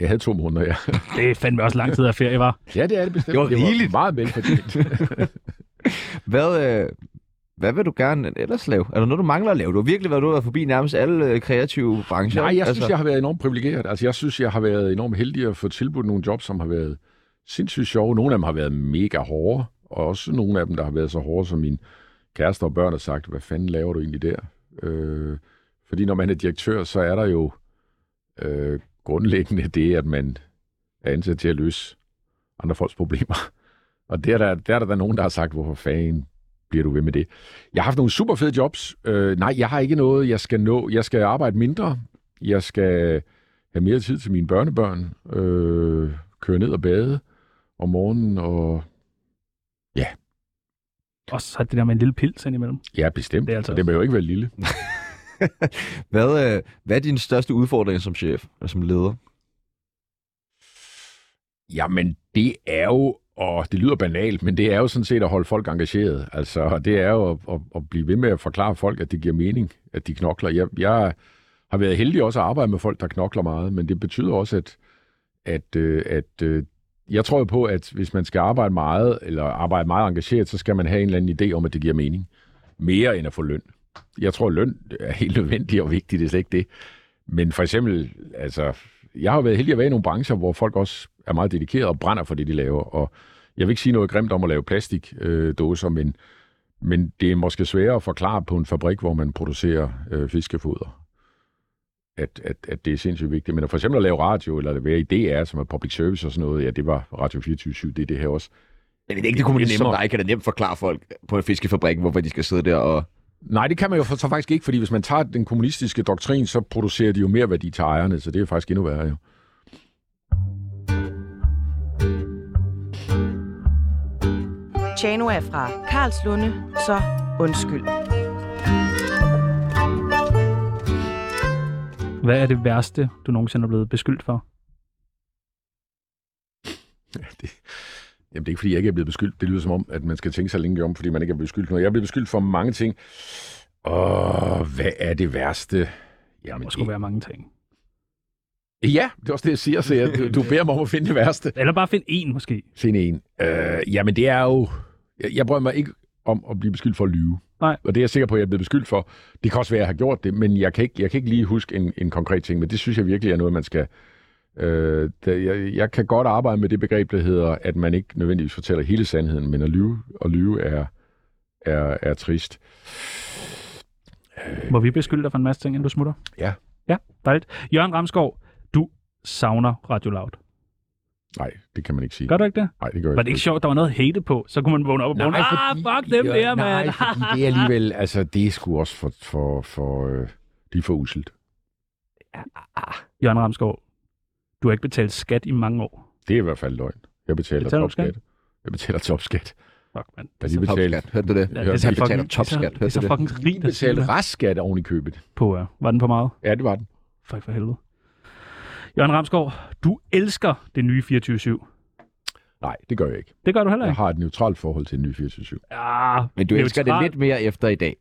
[SPEAKER 5] Jeg havde to måneder, ja.
[SPEAKER 3] Det er fandme også lang tid af ferie, var.
[SPEAKER 5] Ja, det er det bestemt.
[SPEAKER 1] Det var rigeligt.
[SPEAKER 5] meget velfortjent.
[SPEAKER 1] Hvad, øh, hvad vil du gerne ellers lave? Er der noget, du mangler at lave? Du har virkelig været ude og forbi nærmest alle øh, kreative brancher.
[SPEAKER 5] Nej, jeg
[SPEAKER 1] altså,
[SPEAKER 5] synes, jeg har været enormt privilegeret. Altså, jeg synes, jeg har været enormt heldig at få tilbudt nogle jobs, som har været sindssygt sjove. Nogle af dem har været mega hårde, og også nogle af dem, der har været så hårde, som min kæreste og børn har sagt, hvad fanden laver du egentlig der? Øh, fordi når man er direktør, så er der jo øh, grundlæggende det, at man er ansat til at løse andre folks problemer. (laughs) Og der, der, der er der da nogen, der har sagt, hvorfor fanden bliver du ved med det? Jeg har haft nogle super fede jobs. Øh, nej, jeg har ikke noget, jeg skal nå. Jeg skal arbejde mindre. Jeg skal have mere tid til mine børnebørn. Øh, køre ned og bade om morgenen. Og
[SPEAKER 3] Og så det der med en lille pils indimellem.
[SPEAKER 5] ja, bestemt.
[SPEAKER 3] Det er altså
[SPEAKER 5] Og det må jo ikke være lille.
[SPEAKER 1] Hvad, øh, hvad er din største udfordring som chef eller som leder?
[SPEAKER 5] Jamen, det er jo, og det lyder banalt, men det er jo sådan set at holde folk engageret. Altså, og det er jo at, at, at blive ved med at forklare folk, at det giver mening, at de knokler. Jeg, jeg har været heldig også at arbejde med folk, der knokler meget, men det betyder også, at, at, øh, at øh, jeg tror jo på, at hvis man skal arbejde meget, eller arbejde meget engageret, så skal man have en eller anden idé om, at det giver mening. Mere end at få løn. Jeg tror, løn er helt nødvendig og vigtigt, det er slet ikke det. Men for eksempel, altså, jeg har jo været heldig at være i nogle brancher, hvor folk også er meget dedikerede og brænder for det, de laver. Og jeg vil ikke sige noget grimt om at lave plastikdåser, øh, dåser, men, men det er måske sværere at forklare på en fabrik, hvor man producerer øh, fiskefoder. At, at, at det er sindssygt vigtigt. Men at for eksempel at lave radio, eller at være i DR, som er public service og sådan noget, ja, det var Radio 24 det er det her også.
[SPEAKER 1] Jeg ved ikke, det kunne man
[SPEAKER 5] Det er
[SPEAKER 1] som
[SPEAKER 5] nemmere.
[SPEAKER 1] dig kan da nemt forklare folk på en fiskefabrik, hvorfor de skal sidde der og...
[SPEAKER 5] Nej, det kan man jo for- så faktisk ikke, fordi hvis man tager den kommunistiske doktrin, så producerer de jo mere værdi til ejerne, så det er faktisk endnu værre jo.
[SPEAKER 4] Tjano er fra Karlslunde, så undskyld.
[SPEAKER 3] Hvad er det værste, du nogensinde er blevet beskyldt for?
[SPEAKER 5] Ja, det, jamen, det er ikke, fordi jeg ikke er blevet beskyldt. Det lyder som om, at man skal tænke sig længe om, fordi man ikke er blevet beskyldt noget. Jeg er blevet beskyldt for mange ting. Åh, hvad er det værste? Jamen,
[SPEAKER 3] Der skulle
[SPEAKER 5] det,
[SPEAKER 3] være mange ting.
[SPEAKER 5] ja, det er også det, jeg siger, så jeg, du- du beder mig om at finde det værste.
[SPEAKER 3] Eller bare find en måske.
[SPEAKER 5] Finde en. Øh, jamen, det er jo... Jeg, jeg bryder mig ikke om at blive beskyldt for at lyve.
[SPEAKER 3] Nej.
[SPEAKER 5] Og det er jeg sikker på, at jeg er blevet beskyldt for. Det kan også være, at jeg har gjort det, men jeg kan ikke, jeg kan ikke lige huske en, en konkret ting, men det synes jeg virkelig er noget, man skal... Øh, det, jeg, jeg kan godt arbejde med det begreb, der hedder, at man ikke nødvendigvis fortæller hele sandheden, men at lyve, at lyve er, er, er trist.
[SPEAKER 1] Øh.
[SPEAKER 3] Må vi beskylde dig for en masse ting, inden du smutter?
[SPEAKER 5] Ja.
[SPEAKER 3] Ja, dejligt. Jørgen Ramskov, du savner Radio Loud.
[SPEAKER 5] Nej, det kan man ikke sige.
[SPEAKER 3] Gør du ikke det?
[SPEAKER 5] Nej, det gør jeg
[SPEAKER 3] Var det ikke sjovt, der var noget at hate på? Så kunne man vågne op og vågne. Ah, fuck dem der,
[SPEAKER 5] Nej,
[SPEAKER 3] mand.
[SPEAKER 5] fordi
[SPEAKER 3] (laughs)
[SPEAKER 5] det er alligevel, altså, det er sgu også for, for, for øh, lige for uselt.
[SPEAKER 3] Jørgen Ramskov, du har ikke betalt skat i mange år.
[SPEAKER 5] Det er i hvert fald løgn. Jeg betaler,
[SPEAKER 3] Betaler du
[SPEAKER 5] topskat. Jeg betaler topskat.
[SPEAKER 3] Fuck, mand.
[SPEAKER 5] Jeg lige betalt,
[SPEAKER 1] Topskat, hørte du det?
[SPEAKER 3] Ja,
[SPEAKER 5] Jeg
[SPEAKER 3] det er så
[SPEAKER 1] betaler
[SPEAKER 3] fucking,
[SPEAKER 1] topskat,
[SPEAKER 3] det er så- Det
[SPEAKER 1] hørte
[SPEAKER 3] er så
[SPEAKER 1] du det?
[SPEAKER 3] fucking
[SPEAKER 5] lige
[SPEAKER 3] rigt at sige
[SPEAKER 5] betalt
[SPEAKER 3] det.
[SPEAKER 5] restskat oven i købet.
[SPEAKER 3] på. øh, Var den for meget?
[SPEAKER 5] Ja, det var den.
[SPEAKER 3] Fuck for helvede. Jørgen Ramskov, du elsker det nye 24-7.
[SPEAKER 5] Nej, det gør jeg ikke.
[SPEAKER 3] Det gør du heller
[SPEAKER 5] Jeg
[SPEAKER 3] ikke.
[SPEAKER 5] har et neutralt forhold til den nye 24
[SPEAKER 3] Ah,
[SPEAKER 1] Men du elsker det
[SPEAKER 3] neutral-
[SPEAKER 1] lidt mere efter i dag.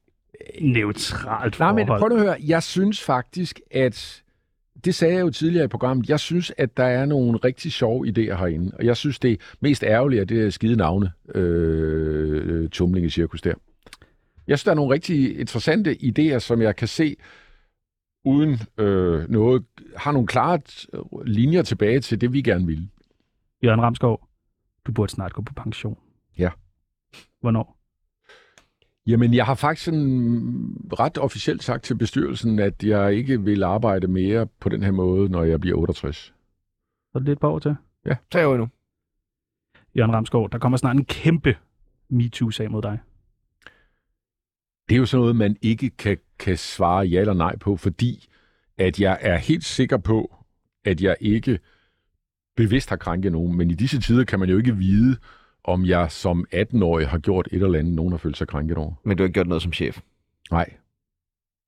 [SPEAKER 3] Neutralt
[SPEAKER 5] Nej, men
[SPEAKER 3] forhold.
[SPEAKER 5] prøv nu at høre. Jeg synes faktisk, at... Det sagde jeg jo tidligere i programmet. Jeg synes, at der er nogle rigtig sjove idéer herinde. Og jeg synes, det mest ærgerlige er det her skide navne, øh, tumlinge cirkus der. Jeg synes, der er nogle rigtig interessante idéer, som jeg kan se uden øh, noget, har nogle klare øh, linjer tilbage til det, vi gerne ville.
[SPEAKER 3] Jørgen Ramskov, du burde snart gå på pension.
[SPEAKER 5] Ja.
[SPEAKER 3] Hvornår?
[SPEAKER 5] Jamen, jeg har faktisk sådan ret officielt sagt til bestyrelsen, at jeg ikke vil arbejde mere på den her måde, når jeg bliver 68.
[SPEAKER 3] Så er det lidt på år til.
[SPEAKER 1] Tre år nu.
[SPEAKER 3] Jørgen Ramskov, der kommer snart en kæmpe MeToo-sag mod dig.
[SPEAKER 5] Det er jo sådan noget, man ikke kan, kan svare ja eller nej på, fordi at jeg er helt sikker på, at jeg ikke bevidst har krænket nogen. Men i disse tider kan man jo ikke vide, om jeg som 18-årig har gjort et eller andet, nogen har følt sig krænket over.
[SPEAKER 1] Men du har ikke gjort noget som chef.
[SPEAKER 5] Nej.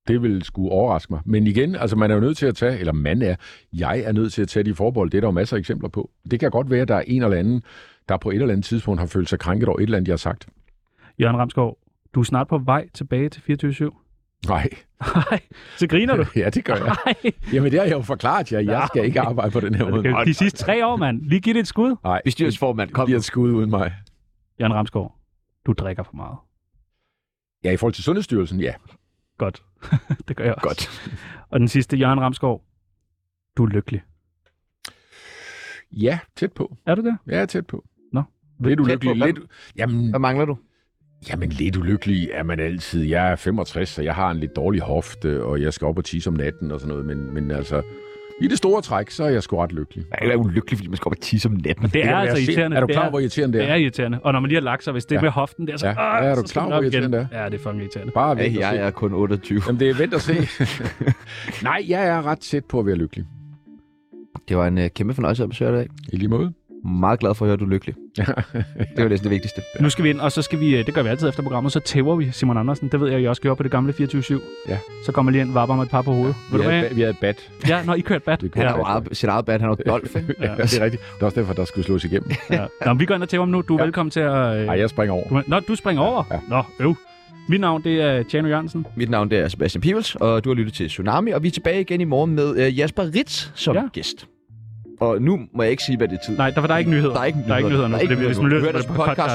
[SPEAKER 5] Det vil skulle overraske mig. Men igen, altså man er jo nødt til at tage, eller man er, jeg er nødt til at tage de forbehold. Det er der jo masser af eksempler på. Det kan godt være, at der er en eller anden, der på et eller andet tidspunkt har følt sig krænket over et eller andet, jeg har sagt.
[SPEAKER 3] Jørgen Ramskov, du er snart på vej tilbage til 24-7.
[SPEAKER 5] Nej, (laughs)
[SPEAKER 3] Nej, så griner du.
[SPEAKER 5] ja, det gør jeg.
[SPEAKER 3] Nej.
[SPEAKER 5] Jamen det har jeg jo forklaret jer. Jeg skal ikke arbejde på den her måde.
[SPEAKER 3] De sidste tre år, mand. Lige giv det et skud.
[SPEAKER 5] Nej, det
[SPEAKER 1] Bestyrelsesformand, kom.
[SPEAKER 5] bliver et skud uden mig.
[SPEAKER 3] Jørgen Ramskov, du drikker for meget.
[SPEAKER 5] Ja, i forhold til Sundhedsstyrelsen, ja.
[SPEAKER 3] Godt. (laughs) det gør jeg også.
[SPEAKER 1] Godt.
[SPEAKER 3] Og den sidste, Jørgen Ramskov, du er lykkelig.
[SPEAKER 5] Ja, tæt på.
[SPEAKER 3] Er du det?
[SPEAKER 5] Ja, tæt på.
[SPEAKER 3] Nå.
[SPEAKER 5] Lidt
[SPEAKER 1] Tæt
[SPEAKER 5] ulykkelig.
[SPEAKER 1] på.
[SPEAKER 5] Lidt, jamen,
[SPEAKER 1] Hvad mangler du?
[SPEAKER 5] Jamen, lidt ulykkelig er man altid. Jeg er 65, så jeg har en lidt dårlig hofte, og jeg skal op og tisse om natten og sådan noget. Men, men altså, i det store træk, så er jeg sgu ret lykkelig.
[SPEAKER 1] Jeg er ulykkelig, fordi man skal op og tisse om natten.
[SPEAKER 3] Det er
[SPEAKER 5] kan
[SPEAKER 3] altså
[SPEAKER 5] være
[SPEAKER 3] irriterende.
[SPEAKER 5] Er du klar
[SPEAKER 3] Det
[SPEAKER 5] over, hvor irriterende
[SPEAKER 3] det
[SPEAKER 5] det
[SPEAKER 3] er
[SPEAKER 5] er?
[SPEAKER 3] irriterende. Og når man lige har lagt sig, hvis det er
[SPEAKER 5] Ja.
[SPEAKER 3] med hoften der, så...
[SPEAKER 5] Ja.
[SPEAKER 3] Åh,
[SPEAKER 5] Ja, er du
[SPEAKER 3] så skal
[SPEAKER 5] klar
[SPEAKER 3] den
[SPEAKER 5] over,
[SPEAKER 3] op
[SPEAKER 5] hvor
[SPEAKER 3] igen.
[SPEAKER 5] irriterende
[SPEAKER 3] Ja, det er fucking irriterende.
[SPEAKER 5] Bare vent
[SPEAKER 1] Hey,
[SPEAKER 5] og
[SPEAKER 1] jeg
[SPEAKER 5] se.
[SPEAKER 1] er kun 28.
[SPEAKER 5] Jamen, det er vent og se. (laughs) Nej, jeg er ret tæt på at være lykkelig.
[SPEAKER 1] Det var en øh, kæmpe fornøjelse at besøge dig i dag.
[SPEAKER 5] I lige måde.
[SPEAKER 1] Meget glad for at høre, at du er lykkelig. Det var næsten det vigtigste.
[SPEAKER 3] Nu skal vi ind, og så skal vi... øh, Det gør vi altid efter programmet. Så tæver vi Simon Andersen. Det ved jeg, I også gjorde på det gamle 24-7.
[SPEAKER 5] Ja.
[SPEAKER 3] Så kommer lige ind, vapper med et par på hovedet. Ja.
[SPEAKER 5] Vi
[SPEAKER 3] Vil du
[SPEAKER 5] havde,
[SPEAKER 3] med?
[SPEAKER 5] ba- vi havde et bat.
[SPEAKER 3] Ja, når I kørte bat.
[SPEAKER 5] Det er
[SPEAKER 1] Han
[SPEAKER 5] godt.
[SPEAKER 1] har jo eget, sit eget band,
[SPEAKER 5] (laughs)
[SPEAKER 1] han er jo Dolph. ikke?
[SPEAKER 5] Ja, det er rigtigt. Det er også derfor, der skulle slås igennem.
[SPEAKER 3] Ja. Nå, men vi går ind og tæver ham nu. Du er ja.
[SPEAKER 5] Ja.
[SPEAKER 3] velkommen til at... Øh...
[SPEAKER 5] Nej, jeg springer over.
[SPEAKER 3] du... Nå, du springer over?
[SPEAKER 5] Ja.
[SPEAKER 3] Nå, øv. Mit navn, det er Tjano Jørgensen.
[SPEAKER 1] Mit navn det er Sebastian Pibels, og du har lyttet til Tsunami, og vi er tilbage igen i morgen med øh, Jasper Ritz som
[SPEAKER 3] Ja.
[SPEAKER 1] ja. gæst. Og nu må jeg ikke sige, hvad det er tid.
[SPEAKER 3] Nej, der var der er ikke nyheder.
[SPEAKER 1] Der er ikke
[SPEAKER 3] nyheder. Der er ikke nyheder nu.
[SPEAKER 1] Der er ikke
[SPEAKER 3] Det- Hvis man
[SPEAKER 1] nyheder. Hør
[SPEAKER 3] lytter til
[SPEAKER 1] det
[SPEAKER 3] det
[SPEAKER 1] på
[SPEAKER 3] på podcast,
[SPEAKER 1] podcast,